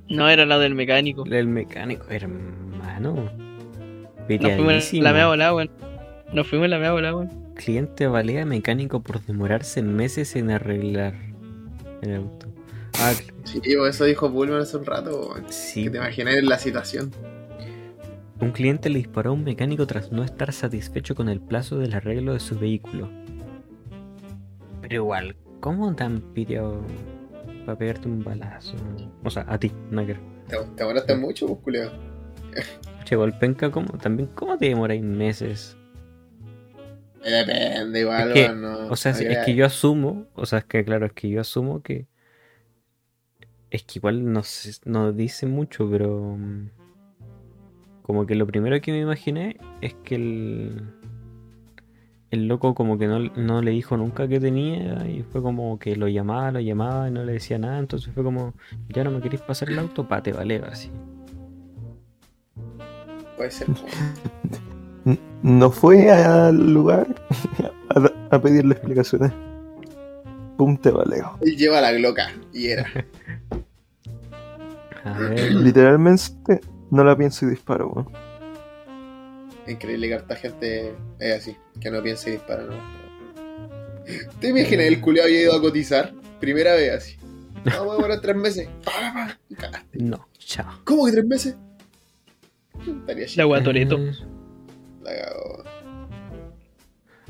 S5: No, era la del mecánico.
S1: el mecánico, hermano.
S5: Nos fuimos en la mea
S1: Piteadísimo.
S5: volada, weón. Nos fuimos en la mea volada, weón.
S1: Cliente valía mecánico por demorarse meses en arreglar el auto. Ah, cl-
S2: Sí, pues, eso dijo Pullman hace un rato. weón.
S1: sí.
S2: Que te imaginas la situación.
S1: Un cliente le disparó a un mecánico tras no estar satisfecho con el plazo del arreglo de su vehículo. Pero igual, ¿cómo tan piteado para pegarte un balazo? O sea, a ti, no quiero.
S2: ¿Te, te demoraste mucho, pues, culiao?
S1: Che, Golpenca, ¿cómo? También, ¿cómo te demoráis meses?
S2: Eh, Depende, igual,
S1: Es que,
S2: weón, no-
S1: O sea,
S2: no
S1: si- es
S2: creas.
S1: que yo asumo, o sea, es que claro, es que yo asumo que. Es que igual no, sé- no dice mucho, pero. mm, Como que lo primero que me imaginé es que el. El loco, como que no, no le dijo nunca que tenía, y fue como que lo llamaba, lo llamaba, y no le decía nada, entonces fue como, ya no me queréis pasar el auto, pa, te vale, así.
S2: Puede ser, pues. weón.
S3: No fue al lugar a, da- a pedirle explicaciones. Pum, te valeo.
S2: Él lleva la gloca y era.
S1: A ver,
S3: Literalmente no la pienso y disparo, weón.
S2: Increíble Cartagena es eh, así, que no piensa y dispara, ¿no? ¿Te imaginas el culiao había ido a cotizar? Primera vez así. No, voy a demorar tres meses. Pa, pa, pa, y cagaste.
S1: no, chao.
S2: ¿Cómo que tres meses? Estaría
S5: La
S2: chido.
S5: weá Toreto.
S1: Eh,
S2: La cagó.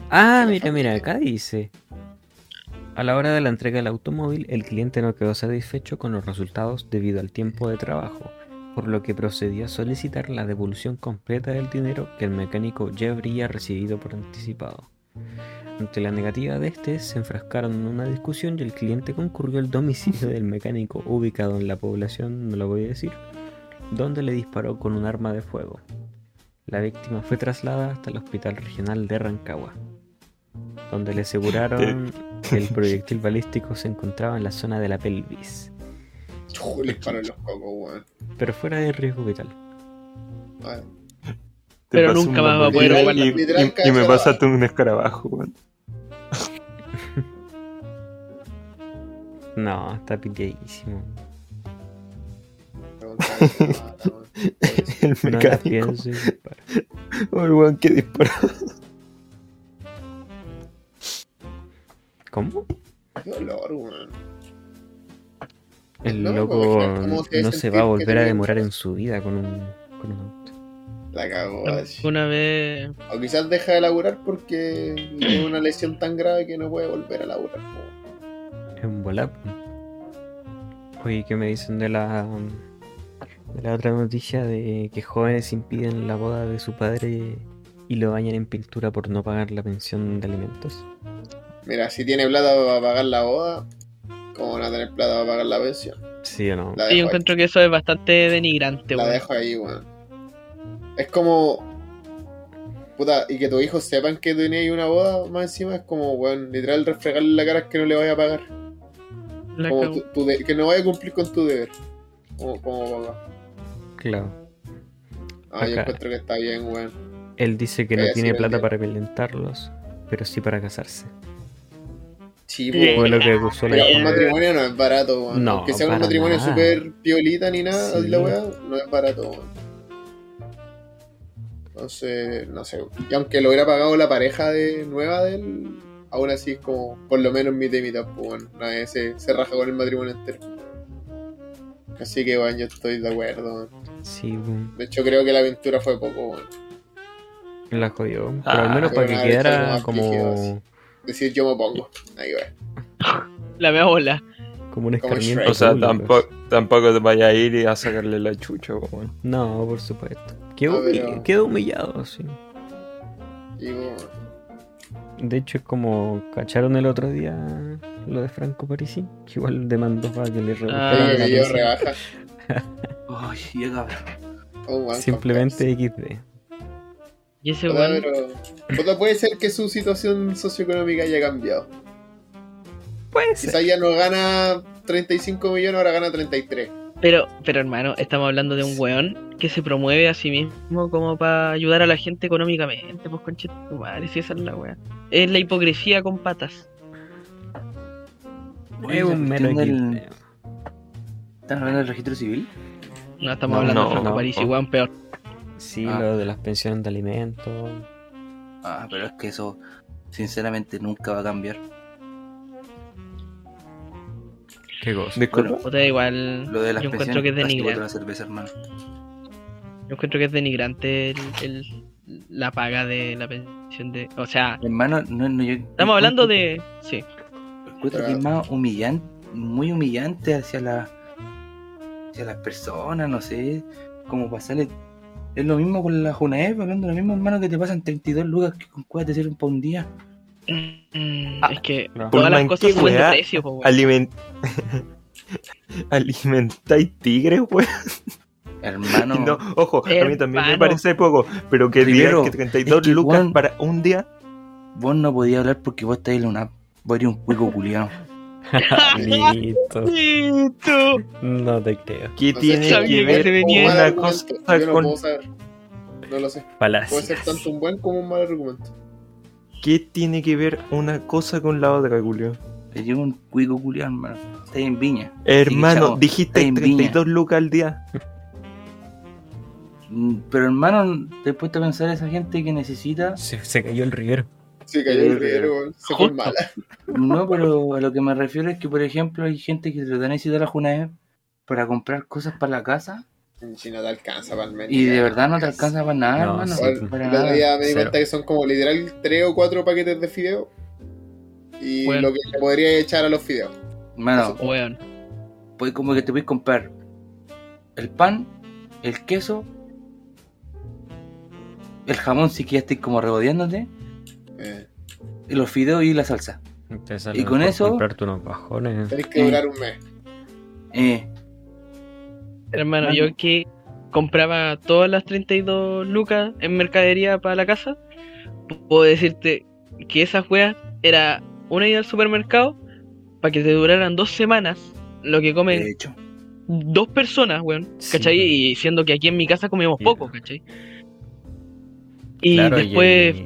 S1: Ah, mira, mira, acá dice. A la hora de la entrega del automóvil, el cliente no quedó satisfecho con los resultados debido al tiempo de trabajo, por lo que procedió a solicitar la devolución completa del dinero que el mecánico ya habría recibido por anticipado. Ante la negativa de este, se enfrascaron en una discusión y el cliente concurrió al domicilio del mecánico ubicado en la población, no lo voy a decir, donde le disparó con un arma de fuego. La víctima fue trasladada hasta el Hospital Regional de Rancagua, donde le aseguraron que el proyectil balístico se encontraba en la zona de la pelvis,
S2: Chu, Le disparó en los cocos, weón.
S1: pero fuera de riesgo vital.
S2: Vale.
S3: Te
S5: Pero
S3: paso
S5: nunca
S3: un
S5: más va a poder
S3: bombolero
S2: jugar la-
S3: y,
S2: literal,
S3: y-
S2: cada
S3: y me
S2: sábado.
S3: pasa tú un escarabajo, weón.
S1: No, está piteadísimo.
S2: Preguntaba qué onda, weón.
S1: No
S3: El
S1: la
S3: mecánico.
S1: pienso y disparo.
S3: el weón que dispara.
S1: ¿Cómo?
S2: Qué dolor, weón.
S1: El
S2: No,
S1: loco
S2: imagínate cómo se debe
S1: no se
S2: sentir
S1: va a
S2: que
S1: volver a
S2: te-
S1: demorar en su vida con un, con un auto.
S2: La cagó así.
S5: Una vez.
S2: O quizás deja de laburar porque tiene una lesión tan grave que no puede volver a laburar. weón.
S1: En volar. Oye, ¿qué me dicen de la de la otra noticia de que jóvenes impiden la boda de su padre y lo bañan en pintura por no pagar la pensión de alimentos?
S2: Mira, si tiene plata para pagar la boda, ¿cómo no tener plata para pagar la pensión?
S1: Sí o no.
S2: La
S5: Sí, yo
S2: dejo ahí.
S5: encuentro que eso es bastante denigrante,
S2: La
S5: weón.
S2: dejo ahí, weón. Es como. Puta, y que tus hijos sepan que tenías una boda más encima es como, weón, literal refregarle la cara que no le vaya a pagar.
S5: La
S2: Como
S5: cago.
S2: tu- tu de- que no vaya a cumplir con tu deber. Como, como papá.
S1: Claro.
S2: Ah, yo
S1: Acá.
S2: encuentro que está bien, weón.
S1: Él dice que no
S2: Oye, sí,
S1: tiene plata
S2: vendí.
S1: para violentarlos, pero sí para casarse.
S2: Sí,
S3: Eh,
S5: Bien.
S1: Fue
S2: weón.
S1: lo
S3: ah,
S1: que acusó la
S2: Mira, un
S5: Bien.
S2: matrimonio no es barato, weón.
S1: No,
S2: Aunque sea un
S1: para
S2: matrimonio
S1: nada.
S2: súper piolita ni nada,
S1: Sí.
S2: así la weá, no es barato, weón. Entonces, no sé. Y aunque lo hubiera pagado la pareja de nueva de él, aún así es como, por lo menos mitad y mitad, pues, weón. Nadie se, se raja con el matrimonio entero. Así que, weón, yo estoy de acuerdo, weón.
S1: Sí, weón.
S2: De hecho, creo que la aventura fue poco, weón.
S1: la jodió. Pero al
S3: Ah,
S1: menos para
S2: pero nada,
S1: que
S2: algo
S1: quedara
S2: más
S1: como,
S2: brígido, Decir yo me pongo. Ahí va.
S5: La mea bola.
S1: como un
S2: Como
S1: escarmiento.
S2: Shrek.
S3: O sea,
S1: público.
S3: tampoco, tampoco te vaya a ir y a sacarle la chucha, weón.
S1: No, por supuesto. Quedó,
S2: No, pero-
S1: humilla- quedó humillado, sí.
S2: Y, weón,
S1: De hecho, es como cacharon el otro día lo de Franco Parisi, que igual demandó para que le rebajaran
S5: Ah,
S2: creo
S1: la
S2: que yo
S1: pensión.
S2: rebaja.
S4: Ay, ya cabrón.
S2: Oh, weón,
S1: Simplemente XD.
S5: Y ese
S2: Puta,
S5: weón.
S2: pero- puta, puede ser que su situación socioeconómica haya cambiado.
S1: Pues,
S2: Quizás ya no gana 35 millones, ahora gana 33.
S5: Pero, pero hermano, estamos hablando de un weón que se promueve a sí mismo como para ayudar a la gente económicamente, pues conche tu madre, si esa es la weá. Es la hipocresía con patas.
S1: Es un mero
S4: Tengo el-
S1: equipeo.
S4: ¿Están hablando del registro civil?
S5: No estamos
S3: No,
S5: hablando
S3: no,
S5: de Franco
S1: no.
S5: París, y weón peor.
S1: Sí,
S4: Ah.
S1: lo de las pensiones de alimentos.
S4: Ah, pero es que eso, sinceramente, nunca va a cambiar.
S1: Qué cosa.
S3: Disculpa.
S4: Bueno,
S5: O sea, igual
S4: Lo de las
S5: yo
S4: pensiones
S5: encuentro que es
S4: casi botó la
S5: denigrante.
S4: cerveza, hermano.
S5: Yo encuentro que es denigrante el, el- la paga de la pensión de. O sea,
S4: Hermano, no, no, yo...
S5: estamos hablando de. Sí.
S4: Encuentro que es más humillante, muy humillante hacia la hacia las personas, no sé, como pasarle es lo mismo con la Junaev, hablando de lo mismo, hermano, que te pasan 32 lucas que con cuál te sirven para un día.
S5: Mm,
S4: Ah,
S5: es que
S1: no.
S5: todas las
S3: Puta,
S5: cosas
S3: qué
S5: suben de
S3: weá.
S5: precio, po, weón.
S3: Aliment... Alimentáis tigres, weón.
S4: Hermano,
S3: No, ojo, a mí también me
S5: Hermano.
S3: parece poco, pero que
S4: Primero,
S3: digan que 32
S4: es que,
S3: lucas
S4: weón,
S3: para un día.
S4: vos no podías hablar porque vos estáis en una vos eres un cuico culiado.
S1: Ah, Listo.
S5: Listo.
S1: No te creo.
S3: ¿Qué
S2: No sé,
S3: tiene
S5: sabía
S3: que
S5: que
S3: ver
S5: se venía
S2: un mal
S3: una cosa
S2: argumento. Yo no
S3: con
S2: puedo saber. No lo sé. Puede
S1: Palacios.
S2: ser tanto un buen como un mal argumento.
S3: ¿Qué tiene que ver una cosa con la otra, Julio?
S4: Eres un cuico culiado, hermano. Estáis en viña.
S3: Hermano,
S4: chao.
S3: dijiste
S4: Está en
S3: 32 lucas al día.
S4: Mm, Pero hermano, te he puesto a pensar esa gente que necesita
S1: Se, se cayó el Rivero.
S2: Sí, cayó
S4: Eh,
S2: el río, weón. Se fue
S5: justo.
S2: mala.
S4: No, pero a lo que me refiero es que, por ejemplo, hay gente que trata de necesitar a Junae para comprar cosas para la casa
S2: En China te alcanza para el menos.
S4: y de verdad no te alcanza para nada,
S1: No,
S4: hermano.
S1: sí. pues.
S4: Para
S2: El otro día
S4: nada.
S2: me di
S1: Cero.
S2: cuenta que son como literal tres o cuatro paquetes de fideo. Y
S5: Bueno.
S2: lo que le podría echar a los fideos.
S4: Hermano,
S5: Weón.
S4: pues como que te puedes comprar el pan, el queso, el jamón si que ya estoy como rebodeándote,
S2: Eh,
S4: y los fideos y la salsa.
S1: Te sale
S4: Y con
S1: mejor
S4: eso-
S1: Comprarte unos bajones.
S2: tenés que
S4: Eh.
S2: durar un mes.
S4: Eh,
S5: Hermano,
S4: Hermano.
S5: yo que compraba todas las 32 lucas en mercadería para la casa, puedo decirte que esas weas era una ida al supermercado para que te duraran dos semanas lo que comen
S4: de hecho.
S5: dos personas, weón.
S1: Sí.
S5: ¿Cachai? Y siendo que aquí en mi casa comíamos
S1: Sí.
S5: poco, ¿cachai? Y
S1: Claro,
S5: después,
S1: y-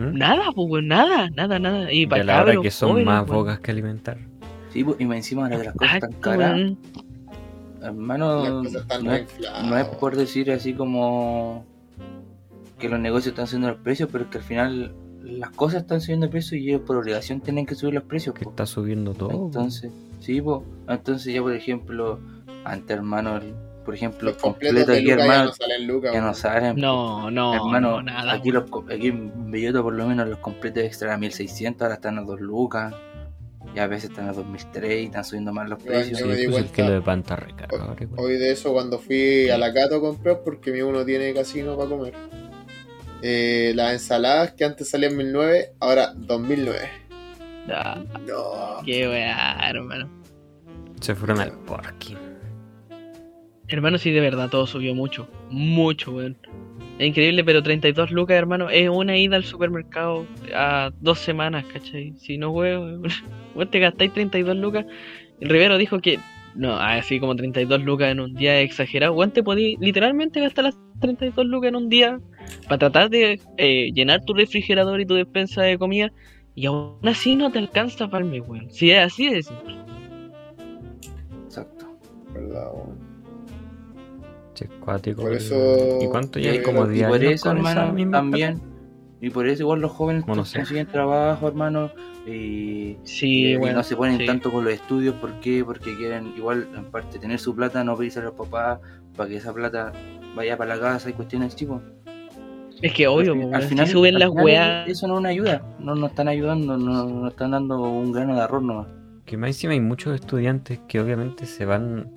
S1: ¿Mm?
S5: nada, pues, weón, nada, nada, nada. Y
S1: Y a
S5: para
S1: la hora
S5: cabros,
S1: que son
S5: jóvenes, pues.
S1: más
S5: weón.
S1: bocas que alimentar.
S4: Sí, pues, y más encima de las cosas
S5: Exacto,
S4: tan caras,
S5: weón.
S2: Las
S4: hermano,
S2: cosas están
S4: no es
S2: reinfladas.
S4: No es por decir así como que los negocios están subiendo los precios, pero es que al final las cosas están subiendo de precio y ellos por obligación tienen que subir los precios.
S1: Que
S4: po.
S1: está subiendo todo. pues.
S4: Entonces, sí, po. entonces ya por ejemplo, ante hermano, el- por ejemplo,
S2: Los
S4: el
S2: completos
S4: completo
S2: de
S4: aquí
S2: Lucas ya
S4: hermano,
S2: no salen Lucas.
S4: ya
S2: weón.
S4: no salen.
S5: No, no,
S4: hermano,
S5: no, nada.
S4: aquí, los, co- aquí en Belloto por lo menos los completos extra eran 1600, ahora están a 2 lucas, y a veces están a 2003 y están subiendo más los
S2: Yo-
S4: precios.
S1: Sí,
S2: me di
S1: incluso el
S2: cuenta.
S1: kilo de pan está recargado. ahora igual.
S2: Hoy de eso cuando fui a la Cato compré porque mi uno tiene casino para comer. Eh, las ensaladas que antes salían 1009, ahora 2009.
S5: Ah,
S2: No.
S5: qué weá, hermano.
S1: Se fueron al parque.
S5: Hermano, sí, de verdad, todo subió mucho. Mucho, weón. Es increíble, pero 32 lucas, hermano, es una ida al supermercado a dos semanas, ¿cachai? Si no, weón, vos te gastáis 32 lucas. El Rivero dijo que, no, así como 32 lucas en un día es exagerado. Weón, te podí literalmente gastar las 32 lucas en un día para tratar de eh, llenar tu refrigerador y tu despensa de comida. Y aún así no te alcanza para el weón. Si es así, es
S4: Exacto.
S2: Verdad, weón.
S1: Che, cuático,
S2: Por
S1: el-
S2: eso-
S1: ¿Y cuánto ya
S2: Eh,
S1: hay como
S2: y
S4: Y
S1: 10
S4: por
S1: años
S4: eso,
S1: con esa
S4: hermano,
S1: misma
S4: también. Y por eso igual los jóvenes
S1: Bueno,
S4: están
S1: sí.
S4: consiguen trabajo, hermano. Y,
S5: Sí,
S4: y
S5: bueno,
S4: no se ponen
S5: sí.
S4: tanto con los estudios. ¿Por qué? Porque quieren igual, en parte, tener su plata, no pedirse a los papás para que esa plata vaya para la casa y cuestiones, chicos.
S5: Es que obvio,
S4: Al
S5: po,
S4: fin-
S5: weón, si suben
S4: al
S5: las
S4: final
S5: weas.
S4: Eso no es una ayuda. No nos están ayudando, no nos están dando un grano de arroz nomás.
S1: Que más encima hay muchos estudiantes que obviamente se van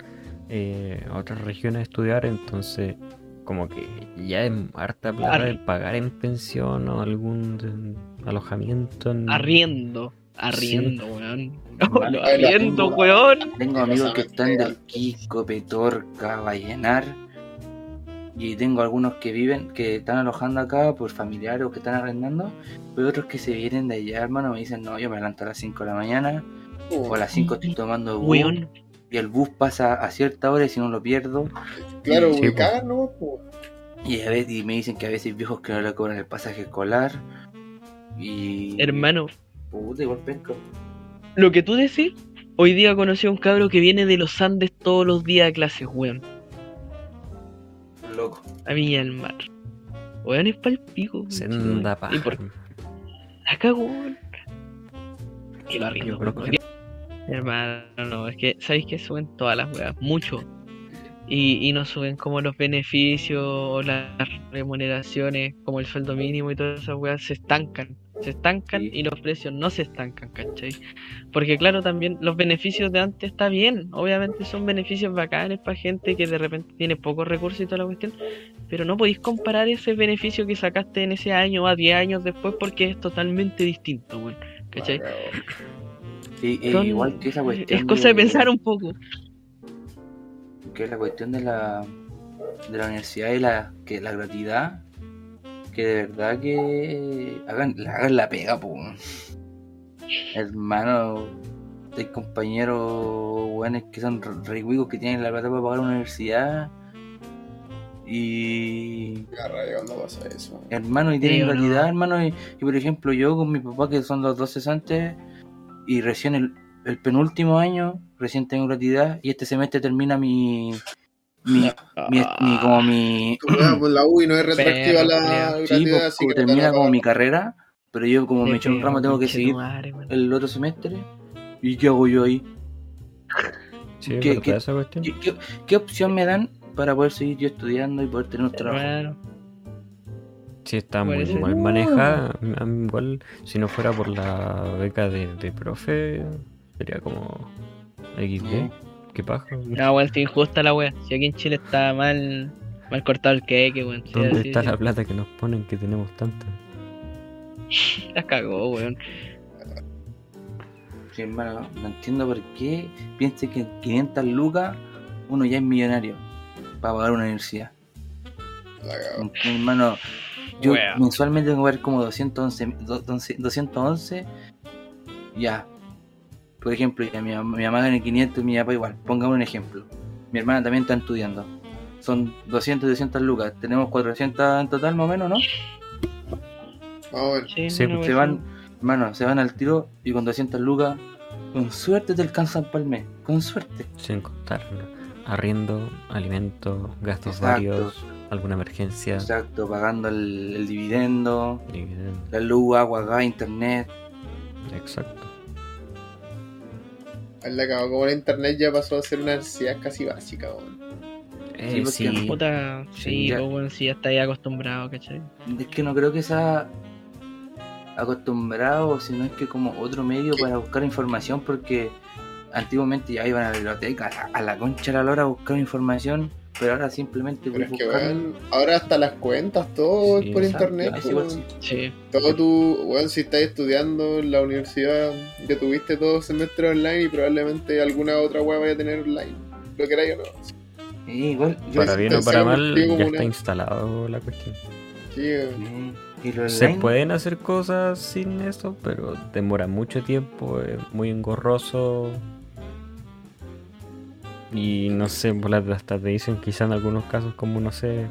S1: eh, a otras regiones a estudiar, entonces como que ya es harta plata de
S5: Arri-
S1: pagar en pensión o algún eh, alojamiento. En...
S5: Arriendo. Arriendo, weón.
S4: Vale,
S5: Lo
S2: la
S5: arriendo,
S2: tengo.
S5: weón.
S4: Tengo
S2: Cosa
S4: amigos que están
S2: real.
S4: del Quisco, Petorca, Vallenar. Y tengo algunos que viven, que están alojando acá por familiares o que están arrendando. Pero otros que se vienen de allá, hermano, me dicen, no, yo me adelanto a las 5 de la mañana.
S2: po.
S4: O a las 5 estoy tomando bus,
S5: Weón.
S4: y el bus pasa a cierta hora y si no lo pierdo.
S2: Claro,
S1: Sí,
S2: güey,
S1: po.
S2: cagan nomás, po.
S4: Y, a veces, y me dicen que a veces viejos que no le cobran el pasaje escolar. Y.
S5: Hermano,
S4: Puta, igual penca.
S5: lo que tú decís, hoy día conocí a un cabro que viene de los Andes todos los días a clases, weón.
S4: Loco.
S5: A Viña del Mar. Weón es pa'l pico.
S1: Senda
S5: weón. ¿Y por qué
S1: paja.
S5: la cago, weón? Que lo arriesgo,
S1: Yo conozco
S5: weón. Hermano, no, es que, ¿sabéis que suben todas las weas? Mucho. Y, y no suben como los beneficios o las remuneraciones, como el sueldo mínimo y todas esas weas, se estancan. Se estancan
S4: Sí.
S5: y los precios no se estancan, ¿cachai? Porque claro, también los beneficios de antes está bien. Obviamente son beneficios bacanes para gente que de repente tiene pocos recursos y toda la cuestión. Pero no podéis comparar ese beneficio que sacaste en ese año a 10 años después porque es totalmente distinto, weón. ¿Cachai?
S2: Cagao.
S4: Sí, eh,
S5: Son-
S4: igual que esa cuestión.
S5: Es cosa de pensar un poco.
S4: Que la cuestión de la, de la universidad y la, que la gratuidad. Que de verdad que. Hagan, la- hagan la pega, po. weón. Hermano. Hay compañeros buenos que son ricos que tienen la plata para pagar la universidad. Y.
S2: Qué rabia cuando pasa eso.
S4: Hermano, y
S5: Sí,
S4: tienen
S5: ¿o no?
S4: calidad, hermano. Y, y por ejemplo, yo con mi papá, que son los dos cesantes, y recién el, el penúltimo año, recién tengo gratuidad, y este semestre termina mi. mi, Ah. mi- mi- como mi.
S2: Tu weá, pues, la U y no es retroactiva
S5: Perro,
S2: la
S5: Ah. culiao.
S4: sí,
S2: gratuidad,
S4: pues,
S2: así que no te van
S4: termina
S2: a
S4: como
S2: pagar.
S4: mi carrera, pero yo como me
S5: Te
S4: eché un
S5: creo,
S4: ramo tengo que
S5: conche tu
S4: seguir
S5: madre, weón.
S4: el otro semestre. ¿Y qué hago yo ahí?
S1: Sí,
S4: ¿Qué-
S1: ¿verdad
S4: qué-
S1: esa cuestión?
S4: ¿Qué, qué, qué opción me dan para poder seguir yo estudiando y poder tener un trabajo?
S5: Hermano,
S1: Sí, está
S5: Puede
S1: muy
S5: ser.
S1: mal manejada. A mí Igual, si no fuera por la beca de, de profe, sería como XD.
S4: ¿Eh?
S1: ¿Qué paja?
S5: no, weón, está injusta la wea. Si aquí en Chile está mal, mal cortado el queque, weón. Sí,
S1: ¿Dónde
S5: así-
S1: está la plata que nos ponen que tenemos tanta?
S5: la cagó, weón.
S4: Sí, hermano, no entiendo por qué piense que en 500 lucas uno ya es millonario para pagar una universidad.
S2: Cagao.
S4: Ent- Hermano, yo
S5: Wea.
S4: mensualmente tengo que ver como 211, do- 12 211 ya. Por ejemplo, ya mi, mam- mi mamá gana 500 y mi papá igual. Pongamos un ejemplo. Mi hermana también está estudiando. Son 200 y 200 lucas. Tenemos 400 en total más o menos, ¿no?
S2: Vamos a ver.
S1: Sí,
S5: una
S1: pues,
S5: wea
S4: Se van,
S5: así.
S4: hermano, se van al tiro y con 200 lucas, con suerte te alcanzan para el mes. Con suerte.
S1: Sin contar arriendo, alimento, gastos
S4: Exacto.
S1: varios, alguna emergencia.
S4: Exacto, pagando el, el dividendo,
S1: dividendo.
S4: la luz, agua, gas, internet.
S1: Exacto.
S2: Es la cagao, como la internet ya pasó a ser una necesidad casi básica, weón.
S1: Eh,
S4: porque
S1: sí,
S5: Puta,
S4: Sí,
S5: sí,
S4: ya.
S5: pues, weón, sí, ya está ahí acostumbrado, ¿cachai?
S4: Es que no creo que sea acostumbrado, sino es que como otro medio para buscar información, porque antiguamente ya iban a la biblioteca, a la, a la concha de la lora a buscar información, pero ahora simplemente
S2: Pero es que,
S4: buscar-
S2: weón, ahora hasta las cuentas, todo
S1: Sí,
S2: es por
S1: exacto.
S2: internet, pues.
S4: Ah, sí,
S2: po,
S4: igual
S2: weón.
S4: sí.
S5: Sí.
S2: Todo tu, bueno, si estás estudiando en la universidad, ya tuviste todo semestre online y probablemente alguna otra web vaya a tener online. Lo queráis o no.
S4: Sí, igual, yo-
S1: para bien o para
S2: Pensaba
S1: mal,
S2: contigo
S1: ya
S2: como
S1: está
S2: una-
S1: instalado la cuestión.
S2: Sí, eh,
S4: Sí, y lo
S1: Se
S4: online,
S1: pueden hacer cosas sin eso, pero demora mucho tiempo, es muy engorroso. Y no sé, pues, las- hasta te dicen quizá en algunos casos como, no sé,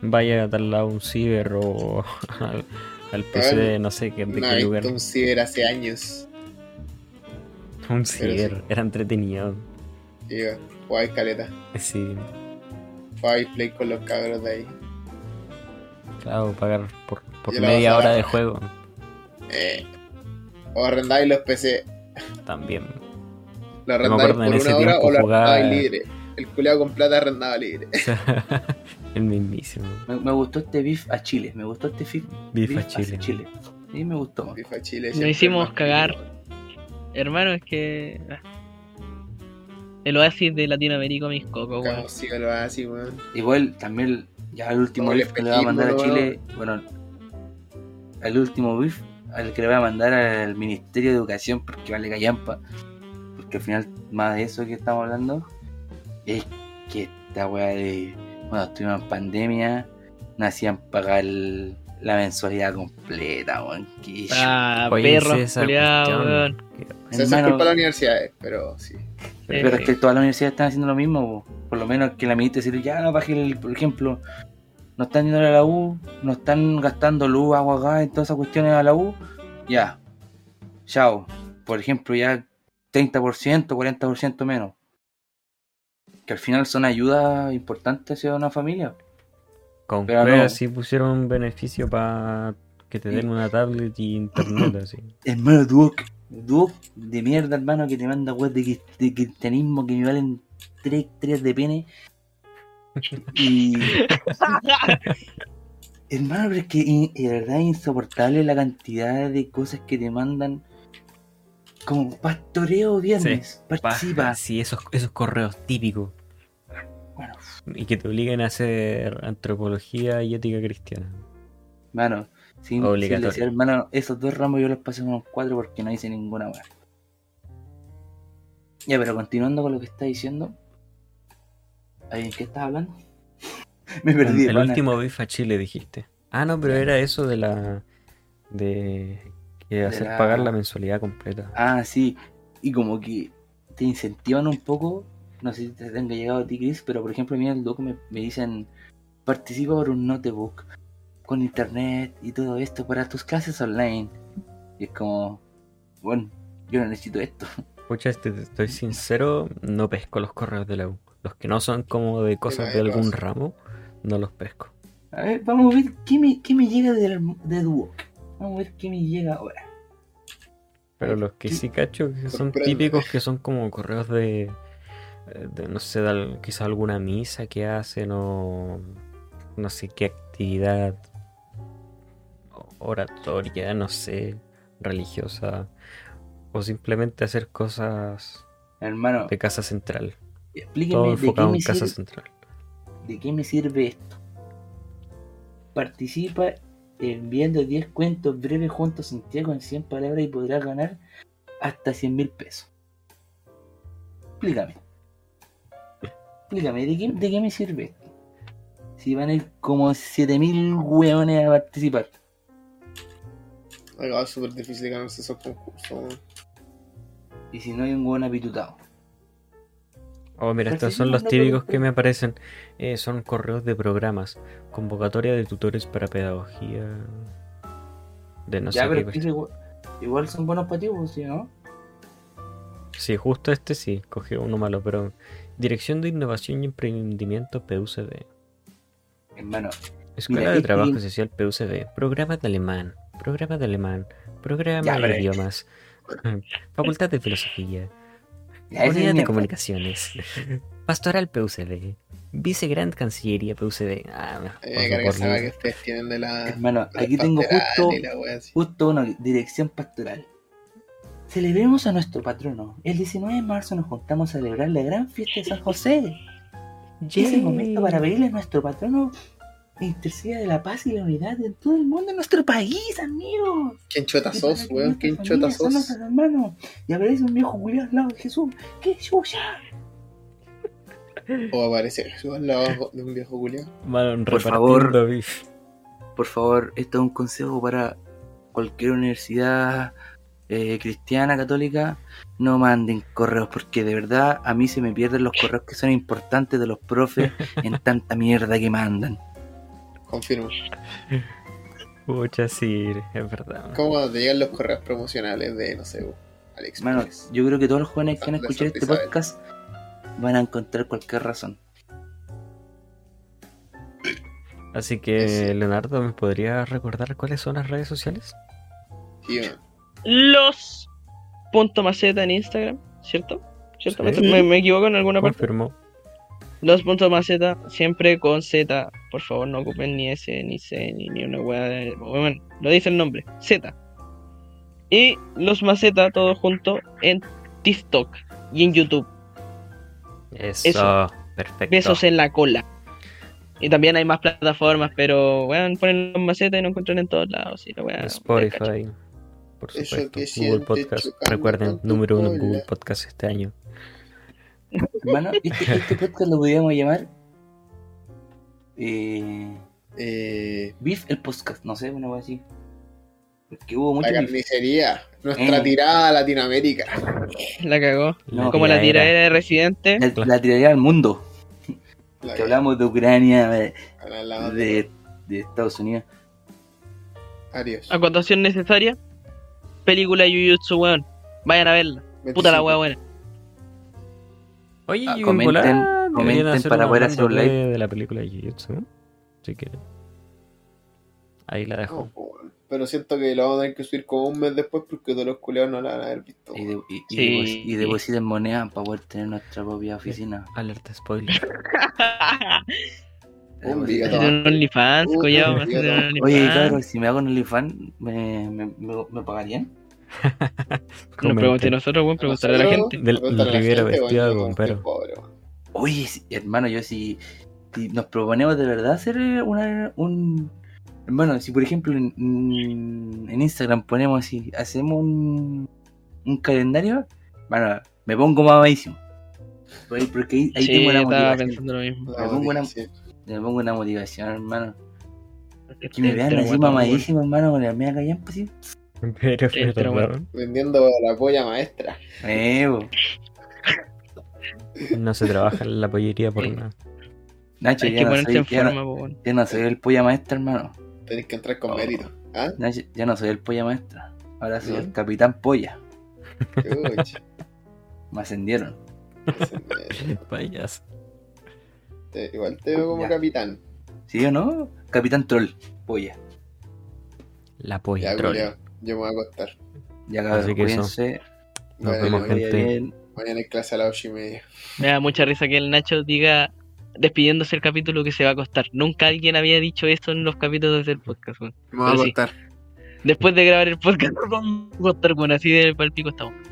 S1: vaya a tal lado un ciber o al, al PC de no sé qué, de
S2: no
S1: qué
S2: he
S1: lugar.
S2: visto un ciber hace años.
S1: Un
S2: sí.
S1: ciber, era entretenido.
S2: Sí, eh, jugáis caleta.
S1: Sí,
S2: Jugáis play con los cabros de ahí.
S1: claro, pagar por, por
S2: Y la
S1: media
S2: vas a
S1: hora de
S2: dar.
S1: juego
S2: Eh, O arrendáis los PC.
S1: también.
S2: Lo
S1: me
S2: arrendáis
S1: acuerdo, en
S2: por
S1: ese
S2: una hora
S1: tiempo
S2: o lo
S1: jugaba-
S2: arrendáis libre. El culeado con plata arrendaba libre.
S1: El mismísimo.
S4: me, me gustó este beef a Chile, me gustó este beef,
S1: Bifa
S4: beef
S1: Chile.
S4: a Chile. Sí, me gustó.
S2: FIFA Chile
S5: Nos
S2: siempre
S5: hicimos
S2: es más
S5: cagar.
S2: pequeño.
S5: Hermano, es que. ah. El oasis de Latinoamérica, mis cocos, weón.
S2: Cagamos, sí, lo así, weón.
S4: Igual también ya el último
S2: Doble
S4: beef que le va a mandar a
S2: espejismo,
S4: Chile, bueno, el último beef al que le va a mandar al Ministerio de Educación porque vale callampa, porque al final más de eso que estamos hablando es que esta weá de bueno, estuvimos en pandemia, no hacían pagar el- la mensualidad completa, weón, que
S5: Ah,
S1: Oye, sí,
S5: perros,
S1: esa
S5: culiados,
S1: cuestión.
S5: weón. Eh,
S1: Que-
S2: O sea, eso es
S4: Hermano.
S2: culpa de las universidades, pero sí.
S4: Pero es que todas las universidades están haciendo lo mismo, po. por lo menos que la ministra decir, ya no baje el, por ejemplo, no están yendo a la U, no están gastando luz, agua, gas, en todas esas cuestiones a la U, ya, chao, por ejemplo, ya 30%, 40% menos. Que al final son ayudas importantes hacia una familia.
S1: Con
S4: Pero
S1: Cueva
S4: no.
S1: sí pusieron un beneficio para que te den una tablet y internet así.
S4: Hermano, Duoc, Duoc de mierda, hermano, que te manda web de, crist- de cristianismo que me valen 3 hectáreas de pene. Y. hermano, pero es que in- de verdad es insoportable la cantidad de cosas que te mandan. Como pastoreo viernes, participa.
S1: Sí, esos, esos correos típicos.
S4: Bueno.
S1: Y que te obliguen a hacer antropología y ética cristiana.
S4: Hermano, sin, sin
S1: Obligatorio.
S4: decir, hermano, esos dos ramos yo los pasé con los cuatro porque no hice ninguna weá. Ya, pero continuando con lo que está diciendo. Ay, ¿En qué estás hablando? Me perdí.
S1: el
S4: hermana.
S1: último bifa Chile dijiste. Ah, no, pero era eso de la. de. que hacer
S4: la-
S1: pagar la mensualidad completa.
S4: Ah, sí. Y como que te incentivan un poco. No sé si te tenga llegado a ti, Chris, pero por ejemplo, a mí en el docu me, me dicen: participa por un notebook con internet y todo esto para tus clases online. Y es como, bueno, yo no necesito esto.
S1: Pucha, este, te, te estoy sincero, no pesco los correos de la U. Los que no son como de cosas de
S2: nadie lo
S1: algún
S2: hace.
S1: ramo, no los pesco.
S4: A ver, vamos a ver qué me, qué me llega de, de Duoc. Vamos a ver qué me llega ahora.
S1: Pero los que
S4: Sí.
S1: sí cacho que son
S2: Sorprende.
S1: típicos, que son como correos de, de, no sé, de al- quizá alguna misa que hacen o no sé qué actividad o- oratoria, no sé, religiosa, o simplemente hacer cosas
S4: Hermano,
S1: de casa central, todo
S4: explíqueme de qué,
S1: enfocado
S4: me
S1: en casa
S4: sirve,
S1: central.
S4: de qué me sirve esto. Participa enviando 10 cuentos breves junto a Santiago en 100 palabras y podrás ganar hasta 100 mil pesos. Explícame. Explícame, ¿de qué, de qué me sirve esto? Si van a ir como 7000 hueones a participar.
S2: Oiga, Es súper difícil ganarse esos concursos. weón.
S4: Y si no hay un hueón apitutado.
S1: Oh, mira, estos son
S4: Participando
S1: los
S4: por
S1: típicos
S4: este-
S1: que me aparecen. Eh, son correos de programas, convocatoria de tutores para pedagogía, de no
S4: ya,
S1: sé
S4: pero
S1: qué.
S4: es que
S1: cuestión.
S4: igual, igual son buenos para ti, pues, ¿sí, no?
S1: Sí, justo este sí, cogí uno malo, pero Dirección de Innovación y Emprendimiento PUCB,
S4: Hermano,
S1: Escuela
S4: Mira,
S1: de
S4: este-
S1: Trabajo Social PUCB, Programa de Alemán, Programa de Alemán, Programa
S4: Ya, pero-
S1: de Idiomas, Facultad de Filosofía,
S4: ya ese
S1: Unidad de
S4: mierda.
S1: Comunicaciones, Pastoral PUCB, Vicegrand Cancillería PUCB. Ah,
S4: Eh,
S1: me
S2: A mí me carga
S1: paso por
S2: esa weá
S1: la-
S2: eh, que ustedes tienen de la.
S4: Hermano,
S2: de la
S4: aquí tengo
S2: pastoral
S4: justo,
S2: y la weá así.
S4: justo una dirección pastoral. Celebremos a nuestro patrono. El 19 de marzo nos juntamos a celebrar la gran fiesta de San José. Es el momento para pedirle a nuestro patrono que interceda de la paz y la unidad en todo el mundo, en nuestro país, amigos.
S2: ¿Quién chota
S4: Y para
S2: sos,
S4: que
S2: weón?
S4: nuestra
S2: ¿Quién
S4: familia
S2: chota sos?
S4: son nuestros hermanos. Y aparece un viejo culiado al lado de Jesús. ¡Qué chucha!
S2: O aparece Jesús al lado de un viejo culiao.
S1: Mano,
S4: Por favor.
S1: repartiendo bif.
S4: por favor, esto es un consejo para cualquier universidad eh, cristiana, católica, no manden correos, porque de verdad a mí se me pierden los correos que son importantes de los profes en tanta mierda que mandan.
S2: Confirmo.
S1: Pucha, sí, es verdad.
S2: Como cuando te llegan los correos promocionales de, no sé, Alex.
S4: Hermano, yo creo que todos los jóvenes que van a escuchar este podcast van a encontrar cualquier razón.
S1: Así que,
S2: Sí.
S1: Leonardo, ¿me podrías recordar cuáles son las redes sociales?
S5: Los punto maceta en Instagram, ¿cierto? ¿Cierto?
S1: Sí.
S5: ¿Me, me equivoco en alguna parte?
S1: Confirmó.
S5: Los punto maceta, siempre con Z. Por favor, no ocupen ni S, ni C, ni, ni una weá de. Bueno, lo dice el nombre, Z. Y los maceta, todo junto, en TikTok y en YouTube.
S1: Eso,
S5: Eso.
S1: perfecto.
S5: Besos en la cola. Y también hay más plataformas, pero weón, ponen los macetas y no encuentran en todos lados. Y la weá, ustedes
S1: Spotify, por
S2: Eso
S1: supuesto.
S2: que
S1: Google
S2: siente
S1: Podcast.
S2: chocando
S1: Recuerden,
S2: con tu
S1: número uno en
S2: cola.
S1: Google Podcast este año.
S4: Hermano, este, este podcast lo podríamos llamar eh,
S2: Eh,
S4: Beef el podcast, no sé, una cosa así. Porque hubo
S2: La
S4: muchas
S2: carnicería. Nuestra
S4: Eh.
S2: tirada a Latinoamérica.
S5: La cagó.
S1: La
S5: Como la
S1: tiradera.
S5: tiradera de Residente.
S4: La, la tiraría al mundo.
S2: La
S4: Que hablamos de Ucrania, de,
S2: la- la-
S4: de- de Estados Unidos.
S2: Adiós.
S5: Acotación necesaria. Película de Jujutsu, weón. Vayan a verla. Puta la
S2: 25.
S5: wea buena.
S1: Oye,
S4: Ah,
S1: y en
S4: comenten-
S1: volar, deberían
S4: comenten
S1: hacer
S4: para
S1: una
S4: poder hacer un
S1: ronda
S4: live.
S1: de- de la película de Jujutsu, ¿no? Si quieren. Ahí la dejo.
S4: Oh,
S2: No, po, weón. pero siento que lo vamos a tener que subir como un mes después porque todos los culeados no la van a haber visto.
S4: Y,
S2: weón.
S4: de, y, y
S5: Sí.
S4: depos- y depositen monedas para poder tener nuestra propia oficina.
S1: Alerta spoiler.
S2: Un
S4: Depositen-
S2: día,
S5: Hacer un OnlyFans,
S2: Uh,
S5: cuñado.
S2: Dios.
S5: hacer un
S4: Oye, claro,
S5: OnlyFans.
S4: si me hago un OnlyFans, ¿me, me, me- me pagarían?
S5: No pregunté a nosotros, weón, preguntarle a la
S2: Nosotros,
S5: gente.
S1: Del-
S2: preguntar a la
S1: Rivero
S2: gente,
S1: vestido de
S2: weón,
S1: bombero.
S2: qué pobre, weón.
S4: Oye, si- hermano, yo si, si nos proponemos de verdad hacer una, un... Hermano, si por ejemplo en, en- en Instagram ponemos así, hacemos un, un calendario, bueno, me pongo mamadísimo. Por- Porque ahí, ahí
S5: Sí,
S4: tengo una
S5: estaba
S4: motivación.
S5: pensando lo mismo.
S2: La
S4: Me pongo una-
S2: audiencia.
S4: Me pongo una motivación, hermano.
S5: Que
S4: Que me
S5: Este
S4: vean así mamadísimo, hermano, con la mía callan, pues sí.
S1: Pero,
S5: Eh, pero
S1: perdón,
S2: Vendiendo la polla maestra.
S4: Eh, bo.
S1: no se trabaja en la pollería por
S5: Eh.
S1: nada.
S4: Nacho,
S5: Hay
S4: ya
S5: que
S4: no,
S5: ponerse
S4: soy,
S5: en
S4: ya,
S5: forma,
S4: no,
S5: po, weón.
S4: ya no soy el polla maestra, hermano.
S2: Tenés que entrar con
S4: Oh.
S2: mérito. ¿Ah?
S4: Nacho, ya no soy el polla maestra. Ahora soy
S2: ¿No?
S4: el capitán polla.
S2: Chuch,
S4: Me ascendieron.
S2: ese mérito.
S1: Vayas.
S2: Te- Igual te veo como
S4: Ya.
S2: capitán.
S4: ¿Sí o no? Capitán troll, polla.
S1: La polla
S2: Ya,
S1: troll.
S2: culiao, Yo me voy a acostar.
S4: Ya cabrón,
S1: Así que eso.
S4: cuídense.
S1: Nos
S2: Bueno,
S1: vemos,
S4: que
S1: gente.
S4: les vaya bien.
S2: Mañana hay clase a las ocho y media.
S5: Me da mucha risa que el Nacho diga despidiéndose el capítulo que se va a acostar. Nunca alguien había dicho esto en los capítulos del podcast, weón.
S2: Me voy a
S5: Pero sí.
S2: acostar.
S5: Después de grabar el podcast, nos vamos a acostar, weón. Así de palpico estamos.